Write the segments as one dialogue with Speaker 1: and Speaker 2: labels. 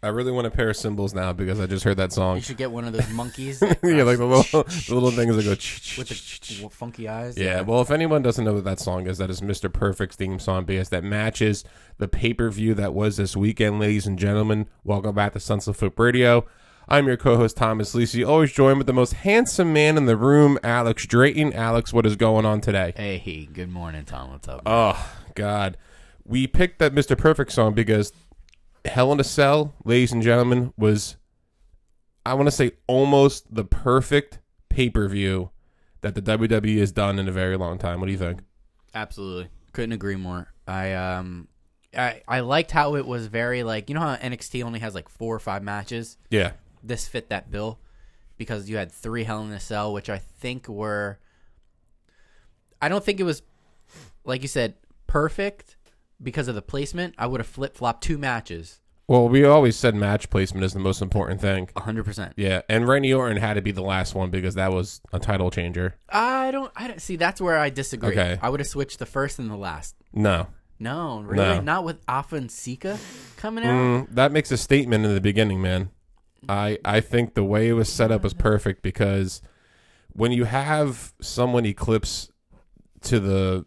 Speaker 1: I really want a pair of cymbals now because I just heard that song.
Speaker 2: You should get one of those monkeys.
Speaker 1: yeah, like the little, the little things that go.
Speaker 2: with the funky eyes.
Speaker 1: Yeah, well, if anyone doesn't know what that song is, that is Mr. Perfect's theme song because that matches the pay per view that was this weekend, ladies and gentlemen. Welcome back to Sunset Flip Radio. I'm your co host, Thomas Lisi, always joined with the most handsome man in the room, Alex Drayton. Alex, what is going on today?
Speaker 2: Hey, good morning, Tom. What's up?
Speaker 1: Oh, God. We picked that Mr. Perfect song because Hell in a Cell, ladies and gentlemen, was, I want to say, almost the perfect pay per view that the WWE has done in a very long time. What do you think?
Speaker 2: Absolutely, couldn't agree more. I um, I I liked how it was very like you know how NXT only has like four or five matches.
Speaker 1: Yeah.
Speaker 2: This fit that bill because you had three Hell in a Cell, which I think were. I don't think it was, like you said, perfect because of the placement. I would have flip flopped two matches,
Speaker 1: Well, we always said match placement is the most important thing.
Speaker 2: hundred percent.
Speaker 1: Yeah, and Randy Orton had to be the last one because that was a title changer.
Speaker 2: I don't. I don't see. That's where I disagree.
Speaker 1: Okay.
Speaker 2: I would have switched the first and the last.
Speaker 1: No,
Speaker 2: No, really,
Speaker 1: No.
Speaker 2: not with Alpha and Sika coming out.
Speaker 1: Mm, that makes a statement in the beginning, man. I I think the way it was set up was perfect because when you have someone eclipse to the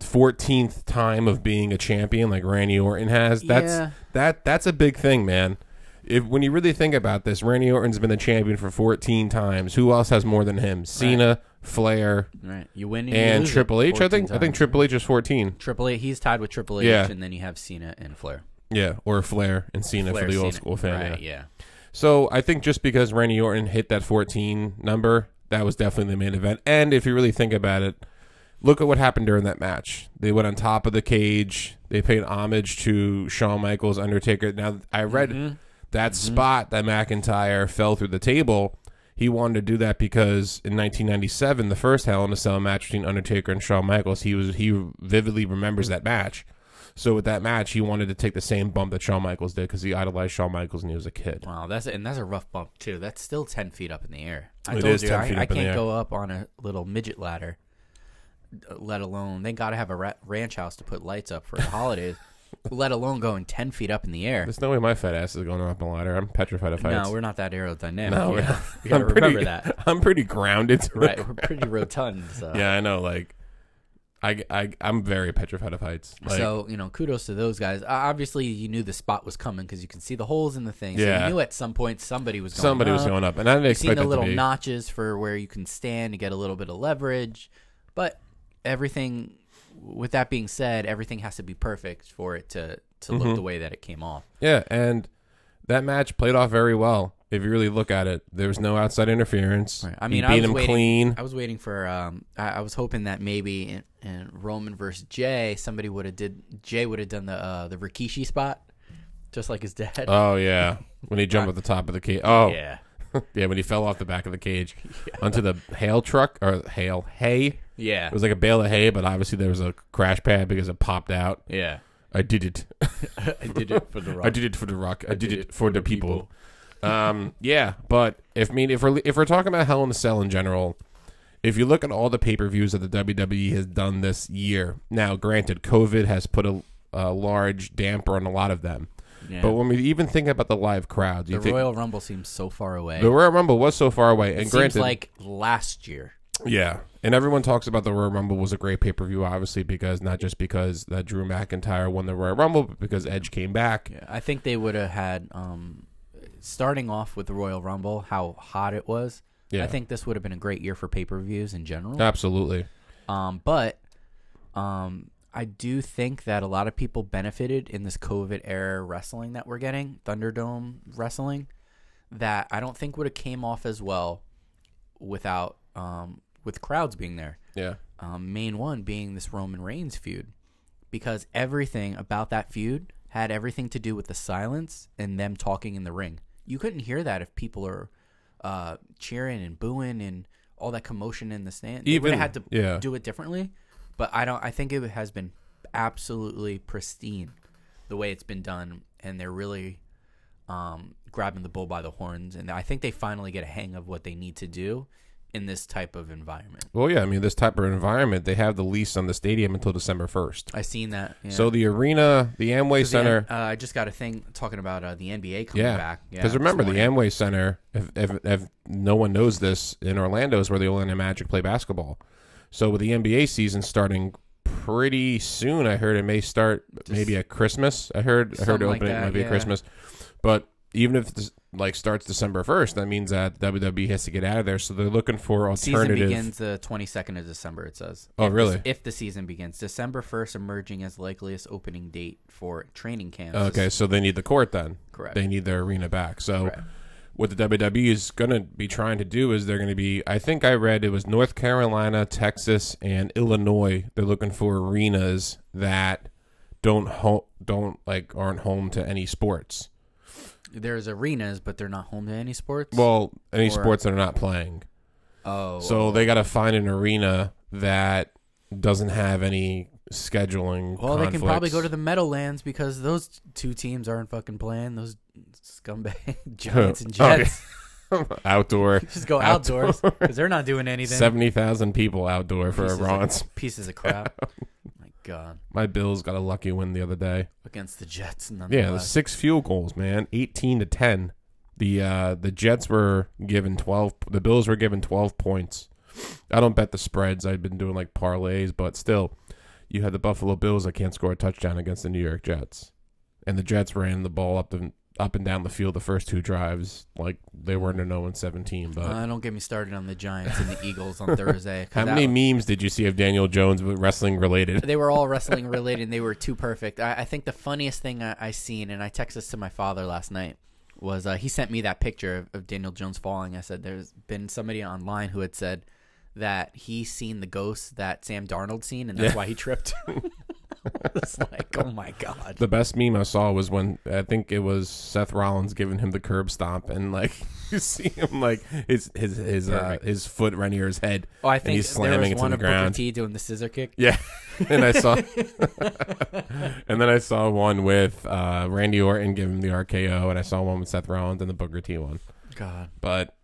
Speaker 1: 14th time of being a champion like Randy Orton has, that's
Speaker 2: Yeah.
Speaker 1: that that's a big thing, man. If when you really think about this, Randy Orton's been the champion for 14 times. Who else has more than him? Cena, Flair,
Speaker 2: Right, you win and, you
Speaker 1: and
Speaker 2: lose it
Speaker 1: Triple H. I
Speaker 2: 14
Speaker 1: think I think
Speaker 2: times.
Speaker 1: Triple H is 14.
Speaker 2: Triple H. He's tied with Triple H,
Speaker 1: Yeah.
Speaker 2: and then you have Cena and Flair.
Speaker 1: Yeah, or Flair and Cena
Speaker 2: Flair,
Speaker 1: for the old
Speaker 2: Cena.
Speaker 1: school fan. yeah.
Speaker 2: right? Yeah.
Speaker 1: So I think just because Randy Orton hit that 14 number, that was definitely the main event. And if you really think about it, look at what happened during that match. They went on top of the cage. They paid homage to Shawn Michaels, Undertaker. Now I read that spot that McIntyre fell through the table. He wanted to do that because in 1997, the first Hell in a Cell match between Undertaker and Shawn Michaels, he was he vividly remembers that match. So with that match, he wanted to take the same bump that Shawn Michaels did because he idolized Shawn Michaels when he was a kid.
Speaker 2: Wow, that's and that's a rough bump too. That's still ten feet up in the air. I
Speaker 1: It
Speaker 2: told
Speaker 1: is
Speaker 2: you,
Speaker 1: 10
Speaker 2: I,
Speaker 1: feet
Speaker 2: I
Speaker 1: up in the
Speaker 2: can't
Speaker 1: air.
Speaker 2: go up on a little midget ladder, uh, let alone they got to have a ra- ranch house to put lights up for the holidays. let alone going ten feet up in the air.
Speaker 1: There's no way my fat ass is going up a ladder. I'm petrified of heights.
Speaker 2: No, we're not that aerodynamic.
Speaker 1: No,
Speaker 2: you
Speaker 1: we're
Speaker 2: know.
Speaker 1: not.
Speaker 2: You gotta
Speaker 1: I'm pretty,
Speaker 2: remember that.
Speaker 1: I'm pretty grounded. to
Speaker 2: Right, we're pretty rotund. So.
Speaker 1: Yeah, I know. Like, I, I, I'm very petrified of heights. Like,
Speaker 2: so you know, kudos to those guys. Uh, obviously, you knew the spot was coming because you can see the holes in the thing. So
Speaker 1: Yeah.
Speaker 2: you knew at some point somebody was going
Speaker 1: somebody
Speaker 2: up.
Speaker 1: was going up, and I didn't
Speaker 2: uh, Seen
Speaker 1: expect
Speaker 2: the
Speaker 1: it
Speaker 2: little
Speaker 1: to be.
Speaker 2: notches for where you can stand to get a little bit of leverage, but everything. With that being said, everything has to be perfect for it to to
Speaker 1: Mm-hmm.
Speaker 2: look the way that it came off.
Speaker 1: yeah, and that match played off very well. If you really look at it, there was no outside interference.
Speaker 2: Right. I
Speaker 1: You
Speaker 2: mean, I
Speaker 1: beat
Speaker 2: was
Speaker 1: him
Speaker 2: waiting.
Speaker 1: clean.
Speaker 2: I was waiting for. Um, I, I was hoping that maybe in, in Roman versus Jay, somebody would have did Jay would have done the uh, the Rikishi spot, just like his dad.
Speaker 1: Oh yeah, when he jumped at the top of the cage. Oh yeah.
Speaker 2: yeah,
Speaker 1: when he fell off the back of the cage onto the hail truck or hail hay.
Speaker 2: yeah,
Speaker 1: It was like a bale of hay, but obviously there was a crash pad because it popped out.
Speaker 2: yeah.
Speaker 1: I did it.
Speaker 2: I did it for the rock.
Speaker 1: I did it for the rock. I, did, it, for the people. um, yeah, but if I mean if we're if we're talking about Hell in a Cell in general, if you look at all the pay per views that the WWE has done this year, now granted, COVID has put a, a large damper on a lot of them.
Speaker 2: Yeah.
Speaker 1: But when we even think about the live crowds, you
Speaker 2: the
Speaker 1: think
Speaker 2: Royal Rumble seems so far away.
Speaker 1: the Royal Rumble was so far away, and
Speaker 2: it seems
Speaker 1: granted,
Speaker 2: like last year.
Speaker 1: yeah. And everyone talks about the Royal Rumble was a great pay per view, obviously, because not just because that Drew McIntyre won the Royal Rumble, but because Edge came back.
Speaker 2: I think they would have had um, starting off with the Royal Rumble, how hot it was.
Speaker 1: Yeah.
Speaker 2: I think this would have been a great year for pay per views in general.
Speaker 1: Absolutely.
Speaker 2: Um, but um, I do think that a lot of people benefited in this COVID era wrestling that we're getting, Thunderdome wrestling, that I don't think would have came off as well without um, with crowds being there.
Speaker 1: Yeah.
Speaker 2: Um, main one being this Roman Reigns feud, because everything about that feud had everything to do with the silence and them talking in the ring. You couldn't hear that if people are uh, cheering and booing and all that commotion in the stand. They would
Speaker 1: Even-
Speaker 2: have had to
Speaker 1: yeah.
Speaker 2: do it differently, but I don't. I think it has been absolutely pristine the way it's been done, and they're really um, grabbing the bull by the horns. And I think they finally get a hang of what they need to do in this type of environment.
Speaker 1: Well, yeah, I mean, this type of environment, they have the lease on the stadium until December 1st.
Speaker 2: I seen that. yeah.
Speaker 1: So the arena, the Amway
Speaker 2: 'Cause the N-
Speaker 1: Center,
Speaker 2: uh, I just got a thing talking about uh, the NBA coming
Speaker 1: yeah,
Speaker 2: back.
Speaker 1: because
Speaker 2: this
Speaker 1: remember the
Speaker 2: morning.
Speaker 1: Amway Center. If, if if no one knows this, in Orlando is where the Orlando Magic play basketball. So with the NBA season starting pretty soon, I heard it may start maybe at Christmas. I heard I heard it
Speaker 2: Something like
Speaker 1: opening
Speaker 2: that,
Speaker 1: might be at
Speaker 2: yeah.
Speaker 1: Christmas, but even if this, like starts December first, that means that WWE has to get out of there. So they're looking for
Speaker 2: season
Speaker 1: alternative.
Speaker 2: begins the 22nd of December. It says.
Speaker 1: Oh,
Speaker 2: If the-
Speaker 1: really?
Speaker 2: if the season begins December 1st, emerging as likeliest opening date for training camps.
Speaker 1: Okay, so they need the court then.
Speaker 2: Correct.
Speaker 1: They need their arena back. So
Speaker 2: Right.
Speaker 1: what the WWE is going to be trying to do is they're going to be I think I read it was North Carolina, Texas, and Illinois. They're looking for arenas that don't ho- don't like aren't home to any sports.
Speaker 2: There's arenas, but they're not home to any sports.
Speaker 1: Well, any
Speaker 2: Or-
Speaker 1: sports that are not playing.
Speaker 2: oh,
Speaker 1: So they got to find an arena that doesn't have any scheduling
Speaker 2: Well, they can probably
Speaker 1: conflicts.
Speaker 2: go to the Meadowlands because those two teams aren't fucking playing. Those scumbag Giants and
Speaker 1: Okay.
Speaker 2: Jets
Speaker 1: outdoor
Speaker 2: just go
Speaker 1: Outdoor.
Speaker 2: outdoors because they're not doing anything.
Speaker 1: 70,000 people outdoor for a
Speaker 2: Pieces of-
Speaker 1: Ron's.
Speaker 2: Pieces of crap. My God,
Speaker 1: My Bills got a lucky win the other day.
Speaker 2: against the Jets.
Speaker 1: Yeah,
Speaker 2: Nonetheless.
Speaker 1: six field goals, man, eighteen to ten. The uh, the Jets were given twelve. The Bills were given twelve points. I don't bet the spreads. I've been doing like parlays, but still, you had the Buffalo Bills that can't score a touchdown against the New York Jets, and the Jets ran the ball up and up and down the field the first two drives like they were in a no and seventeen. But
Speaker 2: Uh, don't get me started on the Giants and the Eagles on Thursday. 'cause
Speaker 1: how
Speaker 2: that-
Speaker 1: many memes did you see of Daniel Jones with wrestling related?
Speaker 2: they were all wrestling related and they were too perfect. I, I think the funniest thing I, I seen, and I texted this to my father last night, was uh, he sent me that picture of, of Daniel Jones falling. I said, There's been somebody online who had said that he seen the ghost that Sam Darnold seen, and that's why he tripped. it's like, oh my God.
Speaker 1: The best meme I saw was when I think it was Seth Rollins giving him the curb stomp, and like you see him like his his his uh,
Speaker 2: Perfect.
Speaker 1: his foot right near his head.
Speaker 2: Oh, I
Speaker 1: and
Speaker 2: think
Speaker 1: he's
Speaker 2: there
Speaker 1: slamming
Speaker 2: was
Speaker 1: into
Speaker 2: one
Speaker 1: the
Speaker 2: of Booker
Speaker 1: ground.
Speaker 2: T doing the scissor kick.
Speaker 1: Yeah, and I saw, and then I saw one with uh, Randy Orton giving him the RKO, and I saw one with Seth Rollins and the Booker T one.
Speaker 2: God.
Speaker 1: But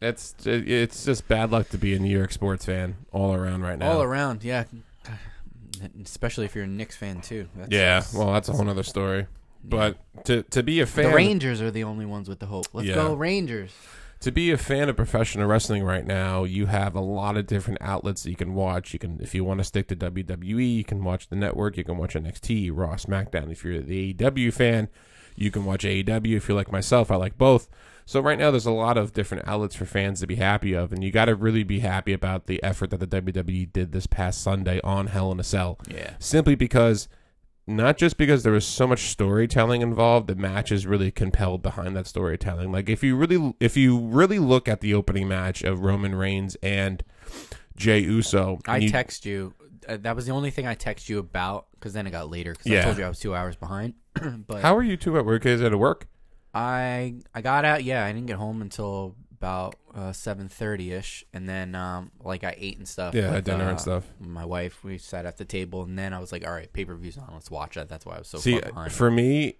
Speaker 1: it's it's just bad luck to be a New York sports fan all around right now.
Speaker 2: All around, yeah. Especially if you're a Knicks fan, too. That's,
Speaker 1: Yeah, well, that's a whole other story. But to to be a fan,
Speaker 2: the Rangers are the only ones with the hope. Let's
Speaker 1: Yeah.
Speaker 2: go, Rangers.
Speaker 1: to be a fan of professional wrestling right now, you have a lot of different outlets that you can watch. You can, if you want to stick to WWE, you can watch the network. You can watch NXT, Raw, SmackDown. If you're the AEW fan, you can watch AEW. If you're like myself, I like both. So right now, there's a lot of different outlets for fans to be happy of, and you got to really be happy about the effort that the WWE did this past Sunday on Hell in a Cell
Speaker 2: Yeah.
Speaker 1: simply because not just because there was so much storytelling involved the match is really compelled behind that storytelling like if you really if you really look at the opening match of roman reigns and jay uso
Speaker 2: I
Speaker 1: you-
Speaker 2: text you. Uh, that was the only thing I text you about because then it got later because
Speaker 1: Yeah.
Speaker 2: I told you I was two hours behind. but
Speaker 1: how are you two at work is it at work
Speaker 2: I I got out. Yeah, I didn't get home until about uh, seven thirty ish, and then um, like I ate and stuff.
Speaker 1: yeah
Speaker 2: with,
Speaker 1: at dinner and
Speaker 2: uh,
Speaker 1: stuff
Speaker 2: My wife, we sat at the table, and then I was like, "All right, pay per views on. Let's watch that." That's why I was so
Speaker 1: see
Speaker 2: far behind.
Speaker 1: for me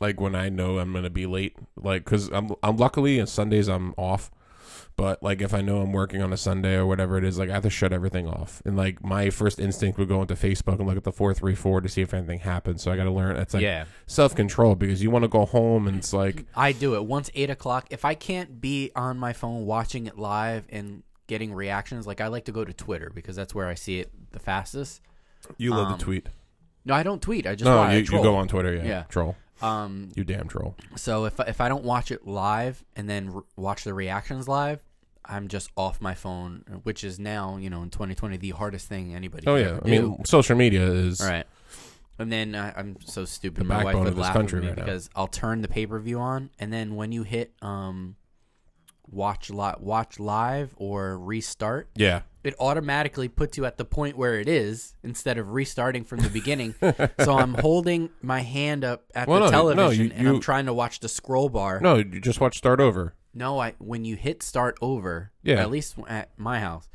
Speaker 1: like when i know i'm gonna be late like because i'm i'm luckily on sundays i'm off but like if i know i'm working on a sunday or whatever it is like i have to shut everything off and like my first instinct would go into facebook and look at the 434 to see if anything happens so i gotta learn it's like
Speaker 2: Yeah.
Speaker 1: self-control because you want to go home and it's like
Speaker 2: I do it once eight o'clock. If I can't be on my phone watching it live and getting reactions, like I like to go to Twitter because that's where I see it the fastest.
Speaker 1: you love the tweet
Speaker 2: No, I don't tweet. I just
Speaker 1: no
Speaker 2: watch. Um, I
Speaker 1: you, you
Speaker 2: troll.
Speaker 1: go on twitter yeah,
Speaker 2: Yeah.
Speaker 1: troll
Speaker 2: Um,
Speaker 1: you damn troll
Speaker 2: so if if I don't watch it live and then re- watch the reactions live, I'm just off my phone, which is now you know in 2020 the hardest thing anybody.
Speaker 1: oh
Speaker 2: could
Speaker 1: yeah
Speaker 2: ever
Speaker 1: i mean
Speaker 2: do.
Speaker 1: social media is
Speaker 2: All right. And then I, I'm so stupid.
Speaker 1: The
Speaker 2: My wife
Speaker 1: backbone
Speaker 2: would
Speaker 1: of this
Speaker 2: laugh
Speaker 1: country
Speaker 2: at me
Speaker 1: right now.
Speaker 2: because I'll turn the pay per view on, and then when you hit um, watch li- watch live or restart,
Speaker 1: yeah
Speaker 2: it automatically puts you at the point where it is instead of restarting from the beginning. so I'm holding my hand up at
Speaker 1: Well,
Speaker 2: the
Speaker 1: no, no,
Speaker 2: television
Speaker 1: you-
Speaker 2: and
Speaker 1: you-
Speaker 2: I'm trying to watch the scroll bar.
Speaker 1: no you just watch start over
Speaker 2: No, I when you hit start over,
Speaker 1: Yeah.
Speaker 2: at least at my house,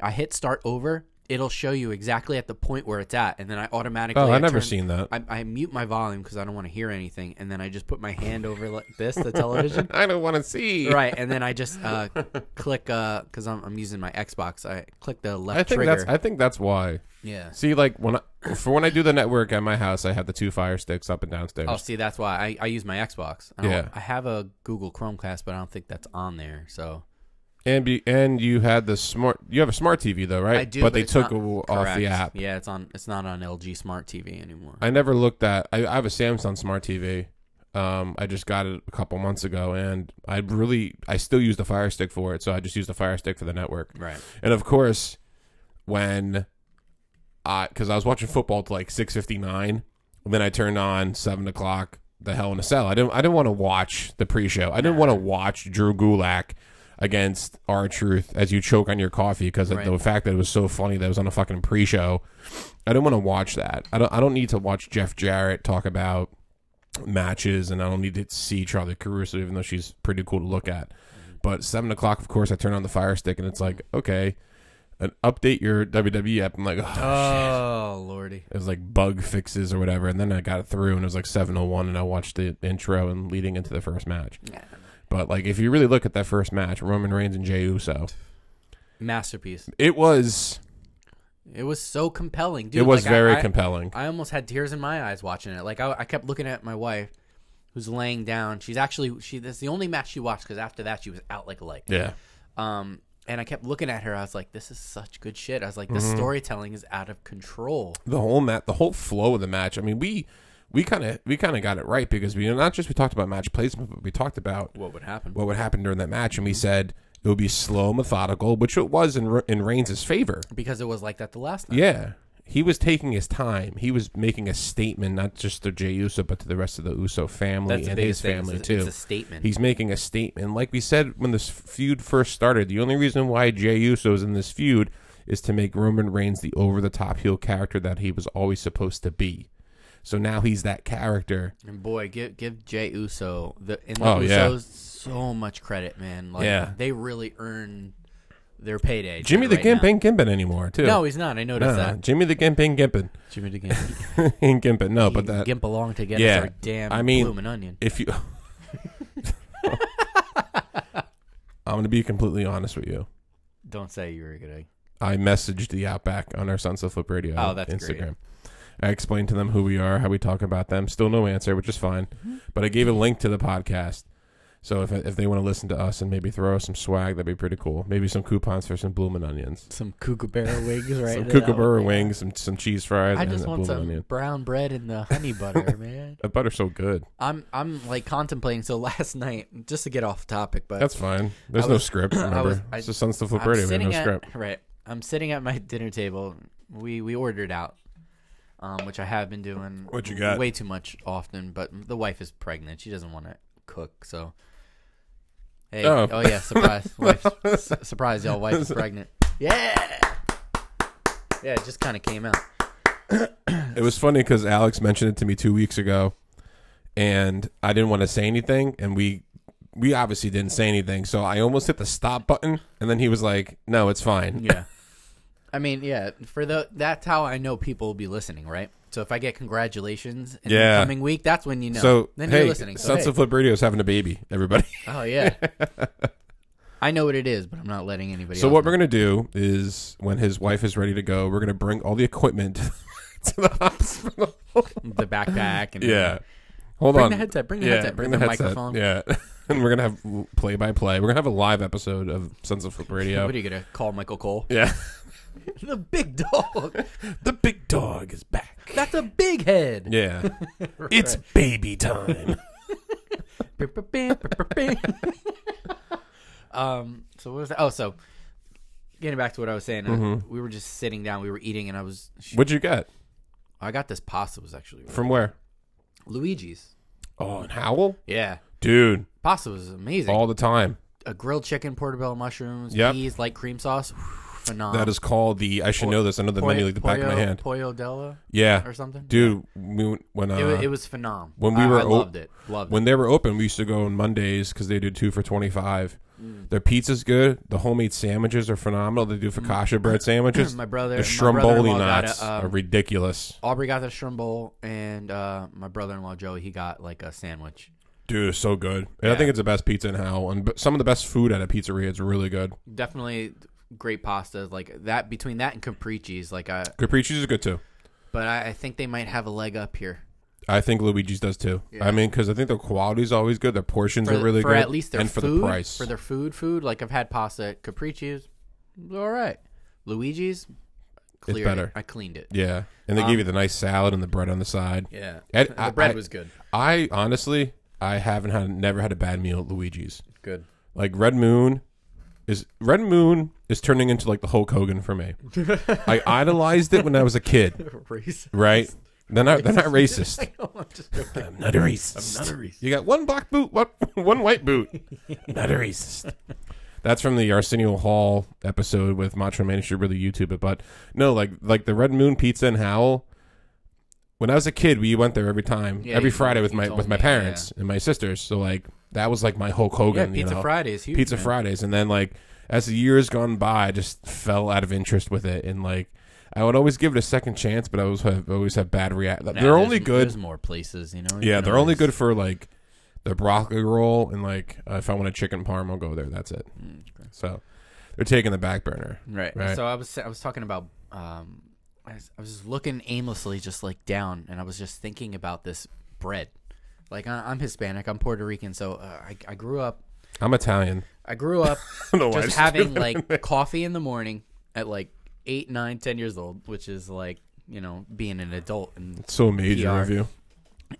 Speaker 2: I hit start over. it'll show you exactly at the point where it's at, and then I automatically.
Speaker 1: Oh,
Speaker 2: I
Speaker 1: I've never
Speaker 2: turn-
Speaker 1: seen that.
Speaker 2: I, I mute my volume because I don't want to hear anything, and then I just put my hand over like this, the television,
Speaker 1: I don't want to see.
Speaker 2: right, and then I just uh, click because I'm, I'm using my Xbox. I click the left
Speaker 1: I think
Speaker 2: trigger.
Speaker 1: that's. I think that's why.
Speaker 2: yeah.
Speaker 1: See, like when I, for when I do the network at my house, I have the two Fire Sticks up and downstairs.
Speaker 2: Oh, see, that's why I, I use my Xbox. I don't-
Speaker 1: Yeah.
Speaker 2: I have a Google Chromecast, but I don't think that's on there. So
Speaker 1: And be, and you had the smart. You have a smart TV though, right?
Speaker 2: I do,
Speaker 1: But,
Speaker 2: but
Speaker 1: they
Speaker 2: it's
Speaker 1: took
Speaker 2: not-
Speaker 1: it off
Speaker 2: Correct.
Speaker 1: the app.
Speaker 2: Yeah, it's on. It's not on LG Smart TV anymore.
Speaker 1: I never looked at. I, I have a Samsung smart TV. Um, I just got it a couple months ago, and I really, I still use the Fire Stick for it. So I just use the Fire Stick for the network.
Speaker 2: right.
Speaker 1: And of course, when I, because I was watching football till like six fifty nine, and then I turned on seven o'clock, the Hell in a Cell. I didn't, I didn't want to watch the pre show. I didn't want to watch Drew Gulak against our truth as you choke on your coffee because
Speaker 2: Right.
Speaker 1: the fact that it was so funny that it was on a fucking pre show. I don't want to watch that. I don't. I don't need to watch Jeff Jarrett talk about matches, and I don't need to see Charlie Caruso, even though she's pretty cool to look at. But seven o'clock, of course, I turn on the Fire Stick, and it's like, okay, and update your WWE app. I'm like, oh, shit.
Speaker 2: Oh lordy.
Speaker 1: It was like bug fixes or whatever, and then I got it through, and it was like seven oh one, and I watched the intro and leading into the first match. But like, if you really look at that first match, Roman Reigns and Jey Uso,
Speaker 2: Masterpiece.
Speaker 1: it was
Speaker 2: It was so compelling, dude.
Speaker 1: it was
Speaker 2: Like, I-
Speaker 1: very
Speaker 2: I,
Speaker 1: compelling.
Speaker 2: I almost had tears in my eyes watching it. Like I, I kept looking at my wife, who's laying down. She's actually she. That's the only match she watched because after that she was out like a light.
Speaker 1: yeah,
Speaker 2: Um, and I kept looking at her. I was like, this is such good shit. I was like, this
Speaker 1: Mm-hmm.
Speaker 2: storytelling is out of control.
Speaker 1: the whole mat, the whole flow of the match. I mean, we we kind of we kind of got it right because we not just we talked about match placement, but we talked about
Speaker 2: What would happen?
Speaker 1: what would happen during that match, and we said it would be slow, methodical, which it was in Re- in Reigns' favor.
Speaker 2: Because it was like that the last night.
Speaker 1: Yeah. He was taking his time. He was making a statement, not just to Jey Uso, but to the rest of the Uso family
Speaker 2: That's the
Speaker 1: and his
Speaker 2: biggest thing.
Speaker 1: family
Speaker 2: it's a,
Speaker 1: too.
Speaker 2: It's a statement.
Speaker 1: He's making a statement. Like we said when this feud first started, the only reason why Jey Uso is in this feud is to make Roman Reigns the over the top heel character that he was always supposed to be. So now he's that character.
Speaker 2: and boy, give give Jay Uso the and the
Speaker 1: Oh,
Speaker 2: Usos
Speaker 1: yeah.
Speaker 2: so much credit, man. Like
Speaker 1: Yeah.
Speaker 2: they really earn their payday.
Speaker 1: Jimmy the
Speaker 2: right
Speaker 1: Gimp
Speaker 2: now.
Speaker 1: ain't Gimpin' anymore, too.
Speaker 2: No, he's not. I noticed
Speaker 1: No,
Speaker 2: that.
Speaker 1: Jimmy the Gimp ain't Gimpin'.
Speaker 2: Jimmy the Gimp.
Speaker 1: ain't Gimpin'. No, but that.
Speaker 2: Gimp along to get
Speaker 1: Yeah.
Speaker 2: us our damn
Speaker 1: I mean-
Speaker 2: bloomin' onion.
Speaker 1: if you I'm gonna be completely honest with you.
Speaker 2: Don't say you were gonna.
Speaker 1: I messaged the Outback on our Sunset Flip Radio
Speaker 2: Oh, that's great.
Speaker 1: Instagram. I explained to them who we are, how we talk about them. Still no answer, which is fine. But I gave a link to the podcast. So if, if they want to listen to us and maybe throw us some swag, that'd be pretty cool. Maybe some coupons for some bloomin' onions,
Speaker 2: Some kookaburra wings, right? Oh,
Speaker 1: some kookaburra wings, some some cheese fries,
Speaker 2: I
Speaker 1: and
Speaker 2: just
Speaker 1: a
Speaker 2: want
Speaker 1: bloomin'
Speaker 2: some
Speaker 1: onion.
Speaker 2: brown bread and the honey butter, man.
Speaker 1: That butter's so good.
Speaker 2: I'm I'm like contemplating. So last night, just to get off topic, but
Speaker 1: That's fine. There's
Speaker 2: I
Speaker 1: no
Speaker 2: was-
Speaker 1: script.
Speaker 2: I
Speaker 1: Remember,
Speaker 2: was- I-
Speaker 1: it's just Sunset Flip
Speaker 2: I'm
Speaker 1: Radio. We have no
Speaker 2: sitting at,
Speaker 1: script.
Speaker 2: Right. I'm sitting at my dinner table. We we ordered out, um, which I have been doing.
Speaker 1: What you got?
Speaker 2: Way too much often, but the wife is pregnant. She doesn't want to cook, so. Hey,
Speaker 1: Oh.
Speaker 2: oh, yeah, surprise! wife, su- surprise, y'all! Wife is pregnant. Yeah. Yeah, it just kind of came out.
Speaker 1: It was funny because Alex mentioned it to me two weeks ago, and I didn't want to say anything, and we we obviously didn't say anything. So I almost hit the stop button, and then he was like, "No, it's fine."
Speaker 2: Yeah. I mean, yeah, for the that's how I know people will be listening, right? So if I get congratulations in
Speaker 1: Yeah.
Speaker 2: the coming week, that's when you know.
Speaker 1: So
Speaker 2: then
Speaker 1: hey,
Speaker 2: you're listening. So,
Speaker 1: Sunset
Speaker 2: hey.
Speaker 1: Flip Radio is having a baby, everybody.
Speaker 2: Oh yeah. I know what it is, but I'm not letting anybody.
Speaker 1: so
Speaker 2: else
Speaker 1: what we're
Speaker 2: know.
Speaker 1: gonna do is when his wife is ready to go, we're gonna bring all the equipment to the hospital.
Speaker 2: the backpack and
Speaker 1: Yeah. Hold
Speaker 2: Bring
Speaker 1: on.
Speaker 2: the headset, bring the
Speaker 1: Yeah,
Speaker 2: headset, bring the microphone.
Speaker 1: Yeah. and we're gonna have play by play. We're gonna have a live episode of Sunset Flip Radio.
Speaker 2: What are you gonna call Michael Cole?
Speaker 1: yeah.
Speaker 2: the big dog.
Speaker 1: the big dog is back.
Speaker 2: That's a big head.
Speaker 1: Yeah. It's baby time.
Speaker 2: um. So what was that? Oh, so getting back to what I was saying, uh,
Speaker 1: Mm-hmm.
Speaker 2: we were just sitting down, we were eating, and I was.
Speaker 1: What'd you get?
Speaker 2: I got this pasta. It Was actually
Speaker 1: From where?
Speaker 2: Luigi's.
Speaker 1: Oh, and Howell?
Speaker 2: Yeah.
Speaker 1: Dude,
Speaker 2: Pasta was amazing.
Speaker 1: all the time.
Speaker 2: a grilled chicken, portobello mushrooms,
Speaker 1: Yep.
Speaker 2: peas, light cream sauce. Phenomenal.
Speaker 1: That is called the, I should know this, I know the menu like the back of my hand.
Speaker 2: Pollo della
Speaker 1: Yeah.
Speaker 2: oh. or something.
Speaker 1: Dude, we, when, uh,
Speaker 2: it, wa- it was phenomenal.
Speaker 1: when we were
Speaker 2: I
Speaker 1: o-
Speaker 2: loved it. Loved
Speaker 1: when they were open, we used to go on Mondays because they do two for 25.
Speaker 2: Mm.
Speaker 1: Their pizza's good. The homemade sandwiches are phenomenal. They do focaccia bread sandwiches.
Speaker 2: my brother,
Speaker 1: the
Speaker 2: my brother-in-law
Speaker 1: stromboli
Speaker 2: got
Speaker 1: knots
Speaker 2: a, um,
Speaker 1: are ridiculous.
Speaker 2: Aubrey got the shromboli, and uh, my brother-in-law Joey he got like a sandwich.
Speaker 1: Dude, it's so good. And I
Speaker 2: Yeah.
Speaker 1: think it's the best pizza in Howell. And b- some of the best food at a pizzeria. It's really good.
Speaker 2: Definitely great pasta, like that. Between that and capricci's, like I,
Speaker 1: Capricci's is good too.
Speaker 2: but I, I think they might have a leg up here.
Speaker 1: I think Luigi's does too.
Speaker 2: Yeah.
Speaker 1: I mean, because I think their quality's always good. Their portions
Speaker 2: for,
Speaker 1: are really
Speaker 2: for
Speaker 1: good.
Speaker 2: at least their
Speaker 1: and
Speaker 2: food,
Speaker 1: for the price.
Speaker 2: for their food, food. Like I've had pasta at Capricci's, it's all right. Luigi's, cleared it.
Speaker 1: better.
Speaker 2: I cleaned it.
Speaker 1: yeah, and they give you the nice salad and the bread on the side.
Speaker 2: Um, Yeah,
Speaker 1: And
Speaker 2: the
Speaker 1: I-
Speaker 2: bread
Speaker 1: I-
Speaker 2: was good.
Speaker 1: I honestly, I haven't had never had a bad meal at Luigi's.
Speaker 2: Good.
Speaker 1: Like Red Moon is Red Moon is turning into like the Hulk Hogan for me. I idolized it when I was a kid,
Speaker 2: Racist.
Speaker 1: right? They're not they're not racist.
Speaker 2: No, I'm just joking.
Speaker 1: I'm not a racist.
Speaker 2: Not a racist.
Speaker 1: You got one black boot, one, one white boot. I'm not a racist. That's from the Arsenio Hall episode with Macho Man. You should really YouTube it. But no, like like the Red Moon Pizza and Howl. When I was a kid, we went there every time,
Speaker 2: Yeah,
Speaker 1: every
Speaker 2: you-
Speaker 1: Friday with
Speaker 2: you
Speaker 1: my
Speaker 2: told
Speaker 1: with my
Speaker 2: me,
Speaker 1: parents and my sisters. So like that was like my Hulk
Speaker 2: Yeah,
Speaker 1: Hogan. you
Speaker 2: Pizza
Speaker 1: know?
Speaker 2: Friday is huge.
Speaker 1: Pizza
Speaker 2: man.
Speaker 1: Fridays, and then like as the years gone by, I just fell out of interest with it, and like I would always give it a second chance, but I always have always have bad react.
Speaker 2: Nah,
Speaker 1: they're only
Speaker 2: there's-
Speaker 1: good,
Speaker 2: There's more places, you know. you
Speaker 1: yeah,
Speaker 2: can
Speaker 1: they're only
Speaker 2: always-
Speaker 1: good for like the broccoli roll, and like uh, if I want a chicken parm, I'll go there. That's it.
Speaker 2: Mm, okay.
Speaker 1: So they're taking the back burner.
Speaker 2: Right.
Speaker 1: Right.
Speaker 2: So I was I was talking about um, I was, I was just looking aimlessly just like down, and I was just thinking about this bread. Like I, I'm Hispanic, I'm Puerto Rican, so uh, I I grew up
Speaker 1: I'm Italian.
Speaker 2: I grew up
Speaker 1: I don't know why I
Speaker 2: just
Speaker 1: just
Speaker 2: having like coffee in the morning at like eight, nine, ten years old, which is like you know being an adult and
Speaker 1: So major
Speaker 2: PR.
Speaker 1: review.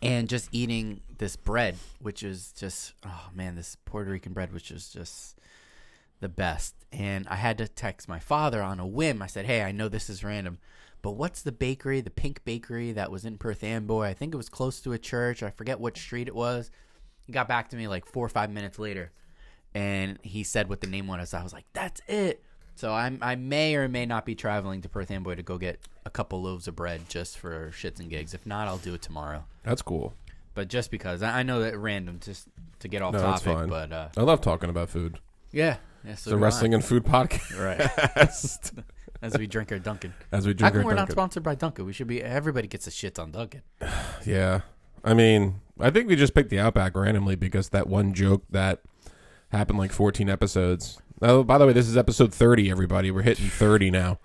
Speaker 2: and just eating this bread, which is just oh man, this Puerto Rican bread, which is just the best. And I had to text my father on a whim. I said, "Hey, I know this is random, but what's the bakery, the pink bakery that was in Perth Amboy? I think it was close to a church. I forget what street it was." He got back to me like four or five minutes later, and he said what the name was. I was like, "That's it." So I'm, I may or may not be traveling to Perth Amboy to go get a couple loaves of bread just for shits and gigs. If not, I'll do it tomorrow
Speaker 1: That's cool.
Speaker 2: but just because I I know that random just to get off
Speaker 1: No, that's
Speaker 2: topic,
Speaker 1: fine.
Speaker 2: but uh,
Speaker 1: I love talking about food.
Speaker 2: yeah, yeah so
Speaker 1: The
Speaker 2: do I.
Speaker 1: wrestling and food podcast.
Speaker 2: right? As we drink our Dunkin'.
Speaker 1: As we
Speaker 2: How
Speaker 1: drink
Speaker 2: come
Speaker 1: our
Speaker 2: we're not
Speaker 1: Dunkin'.
Speaker 2: sponsored by Dunkin'? We should be. Everybody gets a shit on Dunkin'.
Speaker 1: Yeah. I mean, I think we just picked the Outback randomly because that one joke that happened like 14 episodes. Oh, by the way, this is episode 30, everybody. We're hitting 30 now.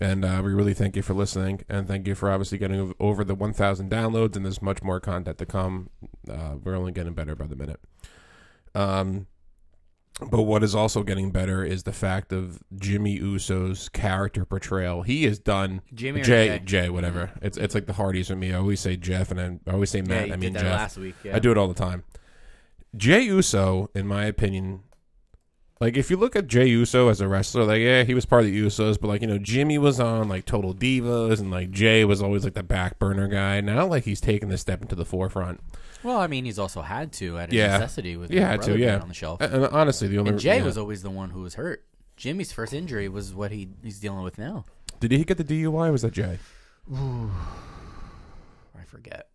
Speaker 1: And uh, we really thank you for listening. And thank you for obviously getting ov- over the 1,000 downloads. And there's much more content to come. Uh, we're only getting better by the minute. Um, but what is also getting better is the fact of Jimmy Uso's character portrayal. He is done.
Speaker 2: Jimmy or
Speaker 1: Jay,
Speaker 2: Jay? Mm-hmm.
Speaker 1: Jay, whatever. It's it's like the Hardys with me. I always say Jeff, and I, I always say
Speaker 2: yeah,
Speaker 1: Matt.
Speaker 2: you
Speaker 1: I mean
Speaker 2: did that
Speaker 1: Jeff.
Speaker 2: last week. Yeah.
Speaker 1: I do it all the time. Jay Uso, in my opinion, like if you look at Jay Uso as a wrestler, like yeah, he was part of the Usos, but like you know, Jimmy was on like Total Divas, and like Jay was always like the back burner guy. Now like he's taking this step into the forefront.
Speaker 2: Well, I mean, he's also had to out of
Speaker 1: Yeah.
Speaker 2: necessity with
Speaker 1: Yeah,
Speaker 2: his
Speaker 1: had
Speaker 2: brother
Speaker 1: to,
Speaker 2: being
Speaker 1: yeah.
Speaker 2: on the shelf.
Speaker 1: And, and honestly, the only
Speaker 2: and Jay
Speaker 1: yeah.
Speaker 2: was always the one who was hurt. Jimmy's first injury was what he he's dealing with now.
Speaker 1: did he get the DUI? Or was that Jay?
Speaker 2: I forget.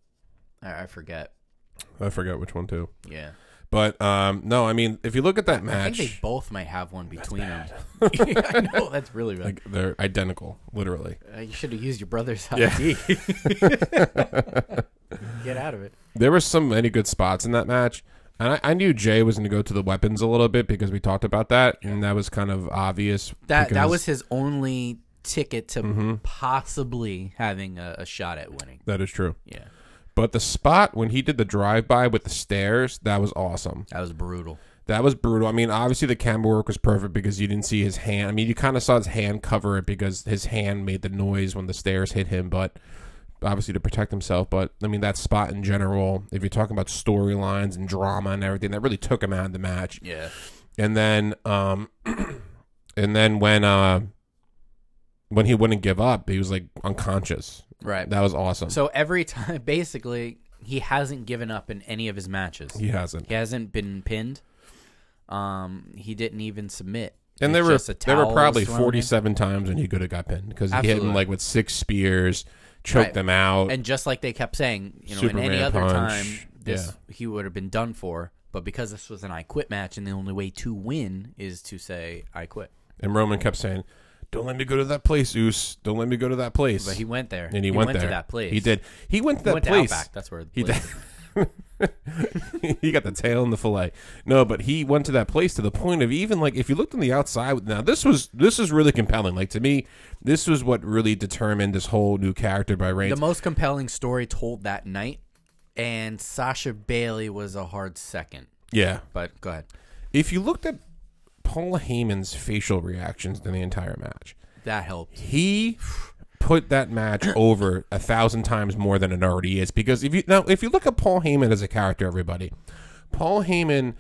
Speaker 2: I, I forget.
Speaker 1: I forgot which one too.
Speaker 2: Yeah,
Speaker 1: But um, no, I mean, if you look at that
Speaker 2: I
Speaker 1: match,
Speaker 2: think they both might have one between them. I know that's really bad.
Speaker 1: like they're identical, literally.
Speaker 2: Uh, you should have used your brother's
Speaker 1: Yeah.
Speaker 2: ID. Get out of it.
Speaker 1: There were so many good spots in that match. And I, I knew Jay was going to go to the weapons a little bit because we talked about that, and that was kind of obvious.
Speaker 2: That that
Speaker 1: because Mm-hmm.
Speaker 2: was his only ticket to possibly having a, a shot at winning.
Speaker 1: that is true.
Speaker 2: Yeah,
Speaker 1: But the spot when he did the drive by with the stairs, that was awesome.
Speaker 2: that was brutal.
Speaker 1: That was brutal. I mean, obviously the camera work was perfect because you didn't see his hand. I mean, you kind of saw his hand cover it because his hand made the noise when the stairs hit him, but obviously to protect himself. But I mean, that spot in general, if you're talking about storylines and drama and everything, that really took him out of the match.
Speaker 2: Yeah,
Speaker 1: and then um and then when uh when he wouldn't give up he was like unconscious
Speaker 2: right.
Speaker 1: that was awesome
Speaker 2: So every time, basically, he hasn't given up in any of his matches.
Speaker 1: he hasn't
Speaker 2: He hasn't been pinned. Um, he didn't even submit.
Speaker 1: and
Speaker 2: It's
Speaker 1: there were
Speaker 2: just a
Speaker 1: there were
Speaker 2: towel
Speaker 1: probably
Speaker 2: thrown in.
Speaker 1: 47 times when he could have got pinned because he hit him
Speaker 2: Absolutely.
Speaker 1: like with six spears choked
Speaker 2: Right.
Speaker 1: them out
Speaker 2: And just like they kept saying, you know, in
Speaker 1: Superman
Speaker 2: any other
Speaker 1: punch.
Speaker 2: time, this he would have been done for. But because this was an I quit match, and the only way to win is to say I quit.
Speaker 1: And Roman kept saying, "Don't let me go to that place, Oos. Don't let me go to that place."
Speaker 2: But he went there.
Speaker 1: and he, went, there.
Speaker 2: to that place.
Speaker 1: He did. He went to
Speaker 2: He
Speaker 1: that
Speaker 2: went
Speaker 1: place.
Speaker 2: to Outback. That's where the
Speaker 1: He
Speaker 2: place
Speaker 1: did. he got the tail and the fillet. No, but he went to that place to the point of even like if you looked on the outside. Now this was this is really compelling. Like to me, this was what really determined this whole new character by Reigns.
Speaker 2: The most compelling story told that night, and Sasha Bailey was a hard second.
Speaker 1: yeah,
Speaker 2: But go ahead.
Speaker 1: if you looked at Paul Heyman's facial reactions to the entire match,
Speaker 2: That helped.
Speaker 1: he put that match over a thousand times more than it already is. Because if you now if you look at Paul Heyman as a character, everybody, Paul Heyman,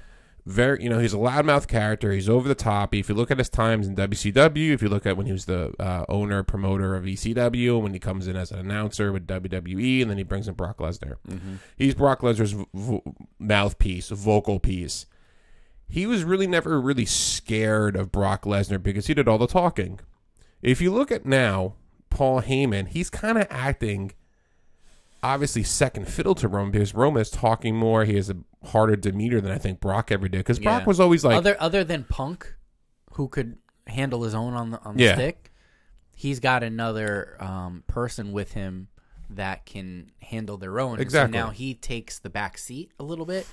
Speaker 1: very you know he's a loudmouth character. He's over the top. If you look at his times in WCW, if you look at when he was the uh, owner promoter of ECW, and when he comes in as an announcer with WWE, and then he brings in Brock Lesnar, he's Brock Lesnar's v- v- mouthpiece, vocal piece he was really never really scared of Brock Lesnar because he did all the talking. If you look at now, Paul Heyman, he's kind of acting obviously second fiddle to Roman because Roman is talking more. He has a harder demeanor than I think Brock ever did because Brock
Speaker 2: Yeah.
Speaker 1: was always like,
Speaker 2: other other than Punk, who could handle his own on the on the
Speaker 1: Yeah.
Speaker 2: stick, he's got another um, person with him that can handle their own. So
Speaker 1: Exactly.
Speaker 2: now he takes the back seat a little bit,